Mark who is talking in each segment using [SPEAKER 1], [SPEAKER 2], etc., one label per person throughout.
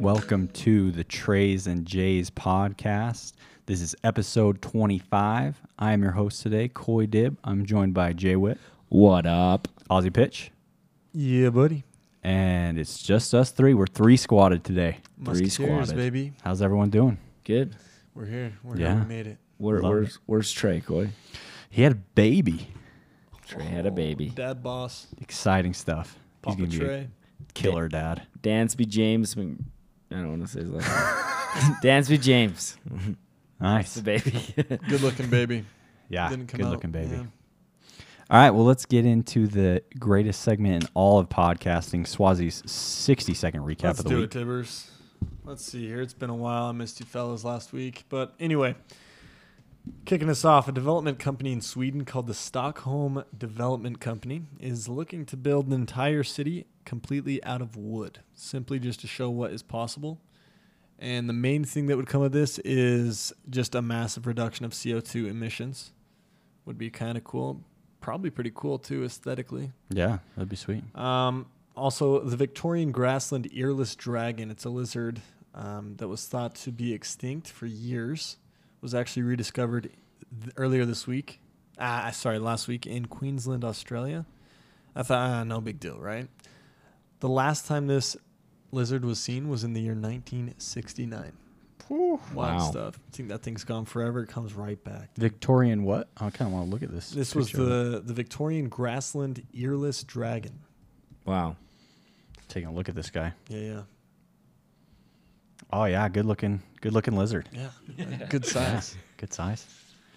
[SPEAKER 1] Welcome to the Trays and Jays podcast. This is episode 25. I am your host today, Coy Dib. I'm joined by Jay Witt,
[SPEAKER 2] What up?
[SPEAKER 1] Aussie Pitch,
[SPEAKER 3] Yeah, buddy.
[SPEAKER 1] and it's just us three. We're three squatted today.
[SPEAKER 3] Musketeers,
[SPEAKER 2] squatted.
[SPEAKER 3] baby.
[SPEAKER 1] How's everyone doing?
[SPEAKER 2] Good.
[SPEAKER 3] We're here. We're
[SPEAKER 1] Yeah.
[SPEAKER 3] here. We made it.
[SPEAKER 2] Where,
[SPEAKER 1] Love
[SPEAKER 2] where's where's Trey? Coy?
[SPEAKER 1] He had a baby.
[SPEAKER 2] Trey had a baby.
[SPEAKER 1] Oh.
[SPEAKER 3] Dad boss.
[SPEAKER 1] Exciting stuff. He's
[SPEAKER 3] Papa
[SPEAKER 1] gonna be
[SPEAKER 3] Trey.
[SPEAKER 1] a killer dad.
[SPEAKER 2] Dansby James. Mc- I don't want to say his last name. Dansby James. It's
[SPEAKER 1] Nice.
[SPEAKER 2] a baby.
[SPEAKER 3] Good looking baby.
[SPEAKER 1] Yeah,
[SPEAKER 3] Didn't
[SPEAKER 1] Ah,
[SPEAKER 3] come
[SPEAKER 1] good
[SPEAKER 3] out.
[SPEAKER 1] looking baby.
[SPEAKER 3] Yeah.
[SPEAKER 1] All right, well, let's get into the greatest segment in all of podcasting, Swazi's 60 second recap
[SPEAKER 3] Let's
[SPEAKER 1] of the
[SPEAKER 3] do
[SPEAKER 1] week.
[SPEAKER 3] it, Tibbers. Let's see here. It's been a while. I missed you fellas last week. But anyway, kicking us off, a development company in Sweden called the Stockholm Development Company is looking to build an entire city completely out of wood, simply just to show what is possible. And the main thing that would come of this is just a massive reduction of CO2 emissions. Would be kind of cool. Probably pretty cool too aesthetically.
[SPEAKER 1] Yeah, that'd be sweet.
[SPEAKER 3] Um, also, the Victorian grassland earless dragon. It's a lizard um, that was thought to be extinct for years. Was actually rediscovered th- earlier this week. Ah, sorry, last week in Queensland, Australia. I thought, ah, no big deal, right? The last time this lizard was seen was in the year 1969. Wild
[SPEAKER 2] Wow.
[SPEAKER 3] stuff. I think that thing's gone forever. It comes right back.
[SPEAKER 1] Victorian what? Oh, I kind of want to look at this.
[SPEAKER 3] This was
[SPEAKER 1] picture of it.
[SPEAKER 3] the, the Victorian grassland earless dragon.
[SPEAKER 2] wow.
[SPEAKER 1] taking a look at this guy.
[SPEAKER 3] Yeah, yeah.
[SPEAKER 1] Oh yeah, good looking, good looking lizard.
[SPEAKER 3] Yeah. Good size.
[SPEAKER 1] Good size.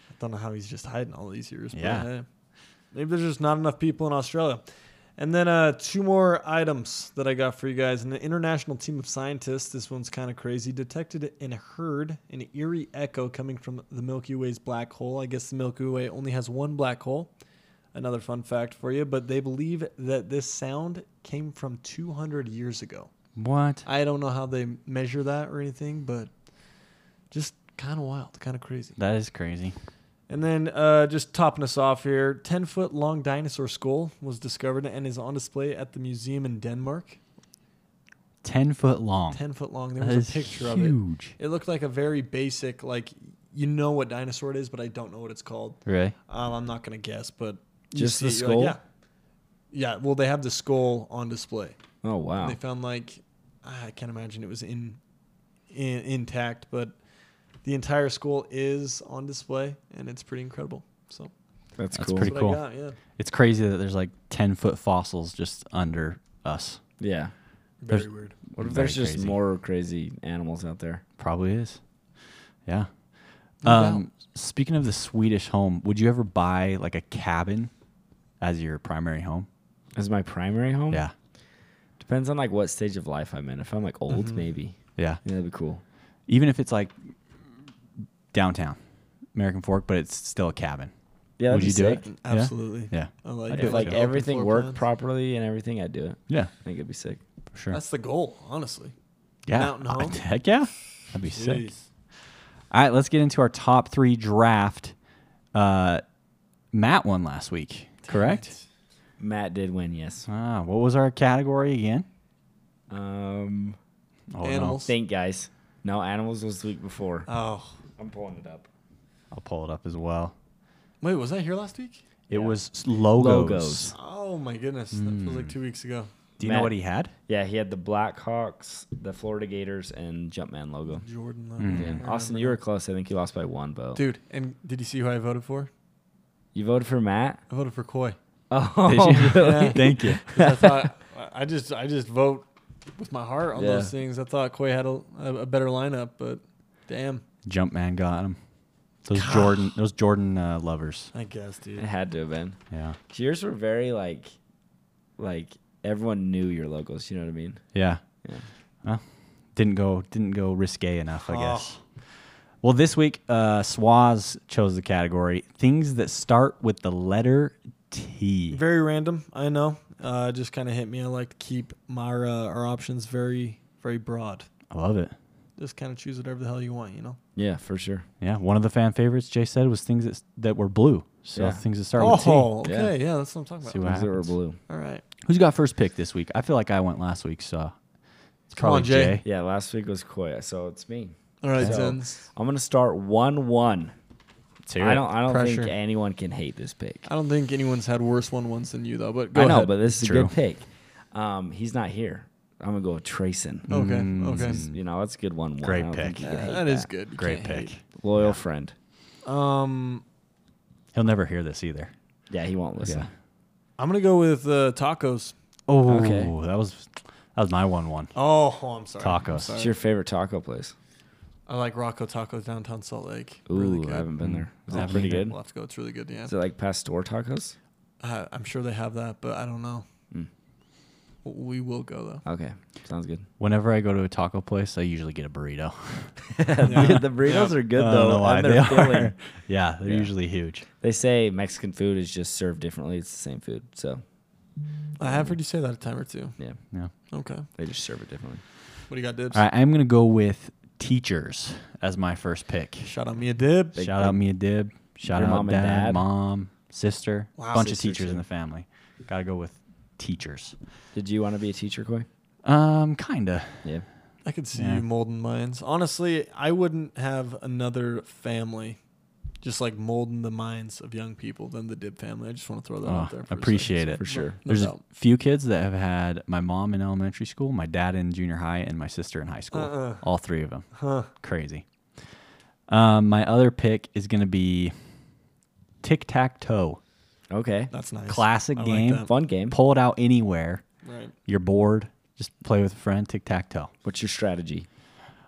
[SPEAKER 3] I don't know how he's just hiding all these years. but
[SPEAKER 1] Yeah.
[SPEAKER 3] hey. Maybe there's just not enough people in Australia. And then uh, two more items that I got for you guys. An international team of scientists, this one's kind of crazy, detected and heard an eerie echo coming from the Milky Way's black hole. I guess the Milky Way only has one black hole. Another fun fact for you, but they believe that this sound came from 200 years ago.
[SPEAKER 1] What?
[SPEAKER 3] I don't know how they measure that or anything, but just kind of wild, kind of crazy.
[SPEAKER 1] That is crazy.
[SPEAKER 3] And then uh, just topping us off here, 10 foot long dinosaur skull was discovered and is on display at the museum in Denmark.
[SPEAKER 1] Ten foot long.
[SPEAKER 3] 10 foot long. There
[SPEAKER 1] That is
[SPEAKER 3] was a picture of
[SPEAKER 1] huge.
[SPEAKER 3] it. It looked like a very basic, like, you know what dinosaur it is, but I don't know what it's called.
[SPEAKER 1] Really?
[SPEAKER 3] Um, I'm not going to guess, but. you
[SPEAKER 2] Just
[SPEAKER 3] see
[SPEAKER 2] the
[SPEAKER 3] it, you're like,
[SPEAKER 2] skull?
[SPEAKER 3] yeah. Yeah, well, they have the skull on display.
[SPEAKER 2] Oh wow.
[SPEAKER 3] They found, like, I can't imagine it was in, in intact, but the entire skull is on display, and it's pretty incredible. So.
[SPEAKER 2] That's
[SPEAKER 1] That's
[SPEAKER 2] cool.
[SPEAKER 1] pretty-
[SPEAKER 3] That's
[SPEAKER 1] cool.
[SPEAKER 3] what I got, yeah.
[SPEAKER 1] It's crazy that there's like ten foot fossils just under us.
[SPEAKER 2] yeah.
[SPEAKER 1] There's-
[SPEAKER 3] Very weird.
[SPEAKER 2] What if
[SPEAKER 1] Very
[SPEAKER 2] there's just
[SPEAKER 1] crazy.
[SPEAKER 2] more crazy animals out there?
[SPEAKER 1] Probably is. Yeah.
[SPEAKER 3] No
[SPEAKER 1] Um, speaking of the Swedish home, would you ever buy like a cabin as your primary home?
[SPEAKER 2] As my primary
[SPEAKER 3] Mm.
[SPEAKER 2] home?
[SPEAKER 1] Yeah.
[SPEAKER 2] Depends on like what stage of life I'm in. If I'm like
[SPEAKER 1] Mm-hmm.
[SPEAKER 2] old, maybe.
[SPEAKER 1] Yeah.
[SPEAKER 2] Yeah, that'd be cool.
[SPEAKER 1] Even if it's like downtown American Fork, but it's still a cabin.
[SPEAKER 2] Yeah,
[SPEAKER 1] Would
[SPEAKER 2] that'd be
[SPEAKER 1] you do it?
[SPEAKER 2] sick.
[SPEAKER 1] Yeah?
[SPEAKER 3] Absolutely.
[SPEAKER 1] Yeah.
[SPEAKER 3] I like
[SPEAKER 1] I'd
[SPEAKER 3] it.
[SPEAKER 1] do
[SPEAKER 2] If like
[SPEAKER 1] Yeah.
[SPEAKER 3] an open
[SPEAKER 2] everything
[SPEAKER 3] floor
[SPEAKER 2] worked
[SPEAKER 3] plan.
[SPEAKER 2] properly and everything, I'd do it.
[SPEAKER 1] Yeah.
[SPEAKER 2] I think it'd be sick.
[SPEAKER 1] For sure.
[SPEAKER 3] That's the goal, honestly.
[SPEAKER 1] yeah.
[SPEAKER 3] mountain
[SPEAKER 1] Uh,
[SPEAKER 3] home.
[SPEAKER 1] Heck yeah. That'd be sick.
[SPEAKER 3] Jeez.
[SPEAKER 1] All right, let's get into our top three draft. Uh, Matt won last week, correct?
[SPEAKER 2] Matt did win, yes.
[SPEAKER 1] Ah, what was our category again?
[SPEAKER 2] Um,
[SPEAKER 1] Oh,
[SPEAKER 3] Animals.
[SPEAKER 2] think, guys. No, animals was the week before.
[SPEAKER 1] Uh,
[SPEAKER 3] Oh.
[SPEAKER 2] I'm pulling it up.
[SPEAKER 1] No. I'll pull it up as well.
[SPEAKER 3] Wait, was I here last week?
[SPEAKER 1] It
[SPEAKER 2] Yeah.
[SPEAKER 1] was s- logos.
[SPEAKER 2] Logos.
[SPEAKER 3] Oh my goodness. That feels
[SPEAKER 2] Hmm.
[SPEAKER 3] like two weeks ago.
[SPEAKER 1] Do you know
[SPEAKER 2] Matt-
[SPEAKER 1] what he had?
[SPEAKER 2] Yeah, he had the Blackhawks, the Florida Gators, and Jumpman logo.
[SPEAKER 3] Jordan Love.
[SPEAKER 1] Mm.
[SPEAKER 3] I
[SPEAKER 2] Yeah.
[SPEAKER 3] remember
[SPEAKER 2] Hmm. Austin, you were close. I think you lost by one vote.
[SPEAKER 3] that. Dude, and did you see who I voted for?
[SPEAKER 2] You voted for Matt?
[SPEAKER 3] I voted for Coy.
[SPEAKER 2] Oh,
[SPEAKER 3] really?
[SPEAKER 1] Thank you.
[SPEAKER 3] 'Cause I thought I just I just vote with my heart on
[SPEAKER 2] Yeah.
[SPEAKER 3] those things. I thought Coy had a, a, a better lineup, but damn.
[SPEAKER 1] Jumpman got him. Those Jordan, those Jordan uh, lovers.
[SPEAKER 3] I guess, dude.
[SPEAKER 2] it had to have been.
[SPEAKER 1] Yeah.
[SPEAKER 2] Yours were very like, like everyone knew your logos. You know what I mean?
[SPEAKER 1] Yeah.
[SPEAKER 2] Yeah.
[SPEAKER 1] Well, didn't go didn't go risque enough, I guess. Well, this week, uh, Swaz chose the category things that start with the letter T.
[SPEAKER 3] Very random, I know. Uh, it just kind of hit me. I like to keep my uh, our options very very broad.
[SPEAKER 1] I love it.
[SPEAKER 3] Just kind of choose whatever the hell you want, you know.
[SPEAKER 2] Yeah, for sure.
[SPEAKER 1] Yeah, one of the fan favorites Jay said was things that s- that were blue. So
[SPEAKER 2] Yeah.
[SPEAKER 1] things that start
[SPEAKER 3] oh,
[SPEAKER 1] with
[SPEAKER 2] T.
[SPEAKER 3] okay, yeah. that's what I'm
[SPEAKER 1] T.
[SPEAKER 3] talking
[SPEAKER 1] See
[SPEAKER 3] about.
[SPEAKER 1] what
[SPEAKER 2] Those were
[SPEAKER 1] happens.
[SPEAKER 2] blue.
[SPEAKER 3] All right,
[SPEAKER 1] Who's got first pick this week? I feel like I went last week, so It's probably
[SPEAKER 3] on, Jay.
[SPEAKER 1] Jay.
[SPEAKER 2] Yeah, last week was Koi, so it's me.
[SPEAKER 3] All right,
[SPEAKER 2] So-
[SPEAKER 3] Zens.
[SPEAKER 2] I'm gonna start one one.
[SPEAKER 1] Let's hear
[SPEAKER 2] I
[SPEAKER 1] it.
[SPEAKER 2] don't. I don't
[SPEAKER 3] Pressure.
[SPEAKER 2] think anyone can hate this pick.
[SPEAKER 3] I don't think anyone's had worse one ones than you though. But go
[SPEAKER 2] I know,
[SPEAKER 3] ahead.
[SPEAKER 2] but this is a
[SPEAKER 1] True.
[SPEAKER 2] good pick. Um, he's not here. I'm gonna go with Trayson.
[SPEAKER 3] okay, okay,
[SPEAKER 2] This is- You know, that's a good one. one.
[SPEAKER 1] Mm. Great
[SPEAKER 2] I don't
[SPEAKER 1] pick.
[SPEAKER 2] think you
[SPEAKER 3] Uh,
[SPEAKER 2] can hate
[SPEAKER 3] that is good. You
[SPEAKER 1] Great
[SPEAKER 3] can't
[SPEAKER 1] pick.
[SPEAKER 2] Loyal friend.
[SPEAKER 3] hate. Um,
[SPEAKER 1] He'll never hear this either.
[SPEAKER 2] Yeah, he won't listen.
[SPEAKER 1] Yeah.
[SPEAKER 3] I'm gonna go with uh, tacos.
[SPEAKER 1] Oh,
[SPEAKER 2] Okay.
[SPEAKER 1] that was that was my one one.
[SPEAKER 3] Oh, oh, I'm sorry. I'm
[SPEAKER 1] Tacos.
[SPEAKER 3] sorry.
[SPEAKER 2] What's your favorite taco place?
[SPEAKER 3] I like Rocco Tacos downtown Salt Lake.
[SPEAKER 2] Ooh,
[SPEAKER 3] really
[SPEAKER 2] I
[SPEAKER 3] good.
[SPEAKER 2] haven't been there. Is
[SPEAKER 1] Oh,
[SPEAKER 2] that pretty
[SPEAKER 1] man.
[SPEAKER 2] good?
[SPEAKER 3] We'll have to go. It's really good. Yeah,
[SPEAKER 2] Is it like pastor tacos?
[SPEAKER 3] uh, I'm sure they have that, but I don't know.
[SPEAKER 2] Mm.
[SPEAKER 3] W- We will go
[SPEAKER 2] Okay, sounds good.
[SPEAKER 1] Whenever I go to a taco place, I usually get a burrito.
[SPEAKER 3] Yeah.
[SPEAKER 2] the burritos
[SPEAKER 3] Yeah.
[SPEAKER 2] are good
[SPEAKER 1] I don't
[SPEAKER 2] though.
[SPEAKER 1] know why
[SPEAKER 2] and
[SPEAKER 1] they
[SPEAKER 2] they're filling.
[SPEAKER 1] are. Yeah, they're
[SPEAKER 2] Yeah.
[SPEAKER 1] usually huge.
[SPEAKER 2] They say Mexican food is just served differently. It's the same food, so
[SPEAKER 3] though. I have heard you say that a time or two.
[SPEAKER 2] yeah,
[SPEAKER 1] Yeah.
[SPEAKER 3] Okay, what
[SPEAKER 2] they just serve it differently.
[SPEAKER 3] do you got, Dibs?
[SPEAKER 1] All right, I'm gonna go with teachers as my first pick.
[SPEAKER 3] Shut on me a dib.
[SPEAKER 2] Big
[SPEAKER 1] Shout
[SPEAKER 2] dib.
[SPEAKER 1] out Mia Dib. Shout
[SPEAKER 2] Your
[SPEAKER 1] out
[SPEAKER 2] mom and
[SPEAKER 1] dad,
[SPEAKER 2] dad?
[SPEAKER 1] mom, sister,
[SPEAKER 3] Wow.
[SPEAKER 1] bunch
[SPEAKER 2] Sister,
[SPEAKER 1] of teachers
[SPEAKER 2] too.
[SPEAKER 1] in the family. Gotta go with teachers.
[SPEAKER 2] Did you want to be a teacher, Coy?
[SPEAKER 1] Um, kinda.
[SPEAKER 2] Yeah.
[SPEAKER 3] I could see
[SPEAKER 1] Yeah.
[SPEAKER 3] you molding minds. Honestly, I wouldn't have another family just like molding the minds of young people than the Dib family. I just want to throw that
[SPEAKER 1] Oh,
[SPEAKER 3] out there. for a second.
[SPEAKER 1] appreciate it.
[SPEAKER 2] For sure.
[SPEAKER 3] No
[SPEAKER 1] There's a
[SPEAKER 3] doubt.
[SPEAKER 1] few kids that have had my mom in elementary school, my dad in junior high, and my sister in high school.
[SPEAKER 3] Uh-uh.
[SPEAKER 1] All three of them.
[SPEAKER 3] Huh.
[SPEAKER 1] Crazy. Um, my other pick is gonna be tic tac toe.
[SPEAKER 2] Okay.
[SPEAKER 3] That's nice.
[SPEAKER 1] Classic
[SPEAKER 3] I like
[SPEAKER 1] game.
[SPEAKER 3] that.
[SPEAKER 2] Fun game.
[SPEAKER 1] Pull it out anywhere.
[SPEAKER 3] Right.
[SPEAKER 1] You're bored. Just play with a friend. Tic tac toe.
[SPEAKER 2] What's your strategy?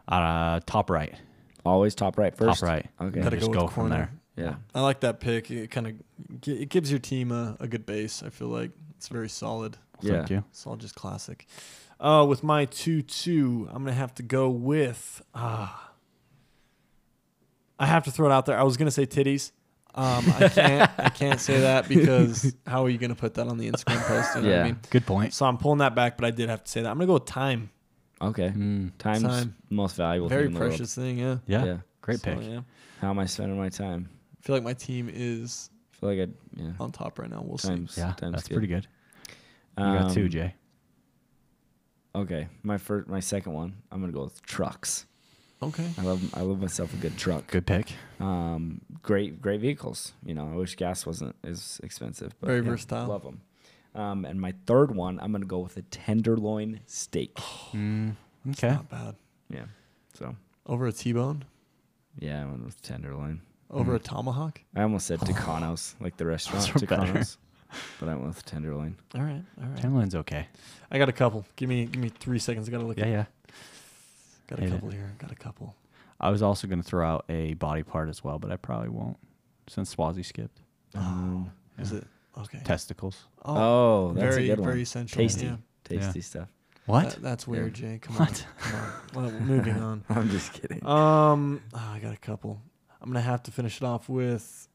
[SPEAKER 1] Uh, top right.
[SPEAKER 2] Always top right first.
[SPEAKER 1] Top right.
[SPEAKER 2] Okay.
[SPEAKER 1] Gotta
[SPEAKER 3] Gotta
[SPEAKER 1] just
[SPEAKER 3] go, with
[SPEAKER 1] go
[SPEAKER 3] the
[SPEAKER 1] from
[SPEAKER 3] corner.
[SPEAKER 1] there.
[SPEAKER 2] Yeah.
[SPEAKER 3] I like that pick. It kind of it gives your team a, a good base. I feel like it's very solid.
[SPEAKER 2] Yeah.
[SPEAKER 1] Thank you.
[SPEAKER 3] It's all just classic. Uh, with my two two, I'm gonna have to go with. Uh, I have to throw it out there. I was gonna say titties. Um, I can't. I can't say that because how are you gonna put that on the Instagram post? You know what I
[SPEAKER 2] Yeah.
[SPEAKER 3] mean?
[SPEAKER 1] Good point.
[SPEAKER 3] So I'm pulling that back, but I did have to say that. I'm gonna go with time.
[SPEAKER 2] Okay.
[SPEAKER 1] Mm,
[SPEAKER 2] Time's
[SPEAKER 3] Time.
[SPEAKER 2] most valuable.
[SPEAKER 3] Very
[SPEAKER 2] thing in the world.
[SPEAKER 3] precious thing. Yeah.
[SPEAKER 1] yeah,
[SPEAKER 2] Yeah.
[SPEAKER 1] Great
[SPEAKER 3] So,
[SPEAKER 1] pick.
[SPEAKER 3] yeah.
[SPEAKER 2] How am I spending my time?
[SPEAKER 3] I feel like my team is
[SPEAKER 2] I feel like I yeah.
[SPEAKER 3] on top right now. We'll see.
[SPEAKER 2] Times.
[SPEAKER 1] Yeah,
[SPEAKER 2] times
[SPEAKER 1] that's pretty good. You got two,
[SPEAKER 2] Um,
[SPEAKER 1] Jay.
[SPEAKER 2] Okay. My first, my second one. I'm gonna go with trucks.
[SPEAKER 3] Okay.
[SPEAKER 2] I love, I love myself a good truck.
[SPEAKER 1] Good pick.
[SPEAKER 2] Um, great, great vehicles. You know, I wish gas wasn't as expensive. But
[SPEAKER 3] Very
[SPEAKER 2] yeah,
[SPEAKER 3] versatile.
[SPEAKER 2] Love them. Um, and my third one, I'm gonna go with a tenderloin steak.
[SPEAKER 1] Mm, Okay.
[SPEAKER 3] Not bad.
[SPEAKER 2] yeah. So
[SPEAKER 3] Over a T-bone.
[SPEAKER 2] yeah, I went with tenderloin.
[SPEAKER 3] Over a tomahawk.
[SPEAKER 2] I almost said Tucanos, like the restaurant
[SPEAKER 1] Those are better.
[SPEAKER 2] Tucanos, but I went with tenderloin.
[SPEAKER 3] All right. All right.
[SPEAKER 1] Timeline's okay.
[SPEAKER 3] I got a couple. Give me give me three seconds. I gotta look.
[SPEAKER 1] Yeah,
[SPEAKER 3] at,
[SPEAKER 1] yeah.
[SPEAKER 3] Got a
[SPEAKER 1] Hit it.
[SPEAKER 3] couple here. Got a couple.
[SPEAKER 1] I was also going to throw out a body part as well, but I probably won't since Swazi skipped. Oh.
[SPEAKER 2] Um,
[SPEAKER 3] Is it okay?
[SPEAKER 1] Testicles.
[SPEAKER 2] oh, that's
[SPEAKER 3] very
[SPEAKER 2] a good one.
[SPEAKER 3] very sensual.
[SPEAKER 2] Tasty,
[SPEAKER 3] Yeah.
[SPEAKER 2] tasty stuff.
[SPEAKER 1] What?
[SPEAKER 3] That- that's weird, Jay. Come
[SPEAKER 1] What?
[SPEAKER 3] on. Come on. Well, moving on.
[SPEAKER 2] I'm just kidding.
[SPEAKER 3] Um, oh, I got a couple. I'm gonna have to finish it off with.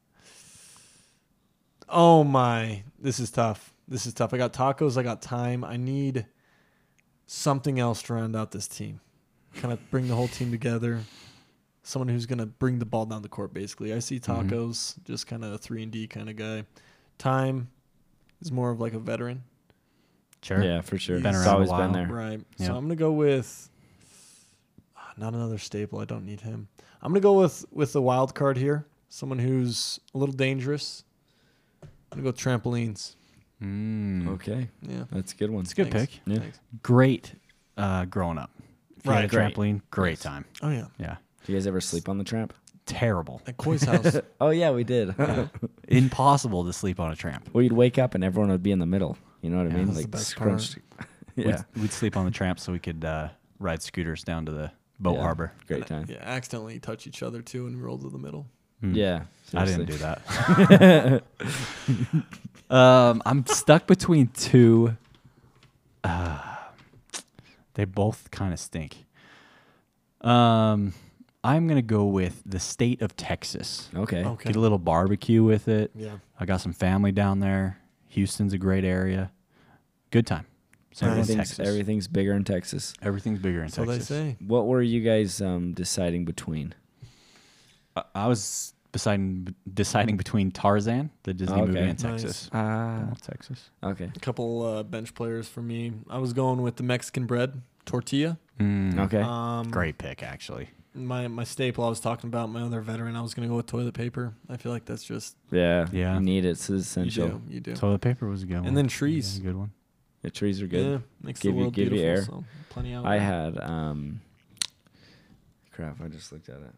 [SPEAKER 3] Oh my, this is tough. This is tough. I got tacos. I got time. I need something else to round out this team. Kind of bring the whole team together. Someone who's gonna bring the ball down the court. Basically, I see tacos,
[SPEAKER 1] Mhm.
[SPEAKER 3] just kind of a three and D kind of guy. Time is more of like a veteran,
[SPEAKER 1] Sure.
[SPEAKER 2] Yeah, for sure.
[SPEAKER 3] Been
[SPEAKER 2] it's
[SPEAKER 1] around a
[SPEAKER 2] always
[SPEAKER 1] while.
[SPEAKER 2] been there.
[SPEAKER 3] right?
[SPEAKER 1] Yeah.
[SPEAKER 3] So I'm gonna go with ah, not another staple. I don't need him. I'm gonna go with with the wild card here. Someone who's a little dangerous. I'm gonna go trampolines.
[SPEAKER 1] Mm.
[SPEAKER 2] Okay,
[SPEAKER 3] Yeah,
[SPEAKER 2] that's a good one.
[SPEAKER 1] It's a good
[SPEAKER 3] Thanks.
[SPEAKER 1] pick.
[SPEAKER 2] Yeah.
[SPEAKER 3] thanks.
[SPEAKER 1] Great uh, growing up. If you
[SPEAKER 3] Right,
[SPEAKER 1] had a
[SPEAKER 2] great.
[SPEAKER 1] trampoline, great time.
[SPEAKER 3] Oh yeah,
[SPEAKER 1] Yeah.
[SPEAKER 2] Do you guys ever sleep on the tramp?
[SPEAKER 1] Terrible.
[SPEAKER 3] at Coy's house.
[SPEAKER 2] Oh yeah, we did.
[SPEAKER 1] Impossible to sleep on a tramp.
[SPEAKER 2] well, you'd wake up and everyone would be in the middle. You know what
[SPEAKER 1] Yeah,
[SPEAKER 2] I mean?
[SPEAKER 3] that's the
[SPEAKER 2] Like
[SPEAKER 3] best
[SPEAKER 2] scrunched. yeah.
[SPEAKER 1] We'd, we'd sleep on the tramp so we could uh, ride scooters down to the boat
[SPEAKER 2] Yeah.
[SPEAKER 1] harbor.
[SPEAKER 2] Great time.
[SPEAKER 3] yeah, accidentally touch each other too and roll to the middle.
[SPEAKER 1] Mm.
[SPEAKER 2] Yeah.
[SPEAKER 1] I didn't do that. um, I'm stuck between two. Uh, they both kind of stink. Um, I'm gonna go with the state of Texas.
[SPEAKER 2] Okay.
[SPEAKER 3] Okay.
[SPEAKER 1] Get a little barbecue with it.
[SPEAKER 3] Yeah.
[SPEAKER 1] I got some family down there. Houston's a great area. Good time. San Juan,
[SPEAKER 2] Everything's
[SPEAKER 1] Texas.
[SPEAKER 2] everything's bigger in Texas.
[SPEAKER 1] Everything's bigger in
[SPEAKER 3] So they
[SPEAKER 1] Texas.
[SPEAKER 3] say.
[SPEAKER 2] What were you guys um, deciding between?
[SPEAKER 1] I, I was deciding deciding between Tarzan, the Disney movie,
[SPEAKER 2] Okay.
[SPEAKER 1] and
[SPEAKER 3] Nice.
[SPEAKER 1] Texas. I
[SPEAKER 2] Ah.
[SPEAKER 1] love Texas.
[SPEAKER 2] Okay.
[SPEAKER 3] uh, A couple uh, bench players for me. I was going with the Mexican bread. tortilla.
[SPEAKER 1] Mm,
[SPEAKER 2] Okay.
[SPEAKER 3] Um,
[SPEAKER 1] Great pick, actually.
[SPEAKER 3] My my staple I was talking about, my other veteran, I was gonna go with toilet paper. I feel like that's just
[SPEAKER 2] yeah.
[SPEAKER 1] Yeah.
[SPEAKER 2] You need it. It's
[SPEAKER 3] you
[SPEAKER 2] essential.
[SPEAKER 3] do, you do.
[SPEAKER 1] Toilet paper was a good one.
[SPEAKER 3] then trees.
[SPEAKER 1] Yeah, good one.
[SPEAKER 2] The trees are good.
[SPEAKER 3] Yeah, makes
[SPEAKER 2] Give
[SPEAKER 3] the
[SPEAKER 2] you-
[SPEAKER 3] world
[SPEAKER 2] give you
[SPEAKER 3] beautiful.
[SPEAKER 2] air.
[SPEAKER 3] So plenty out.
[SPEAKER 2] I
[SPEAKER 3] there.
[SPEAKER 2] had um crap, I just looked at it.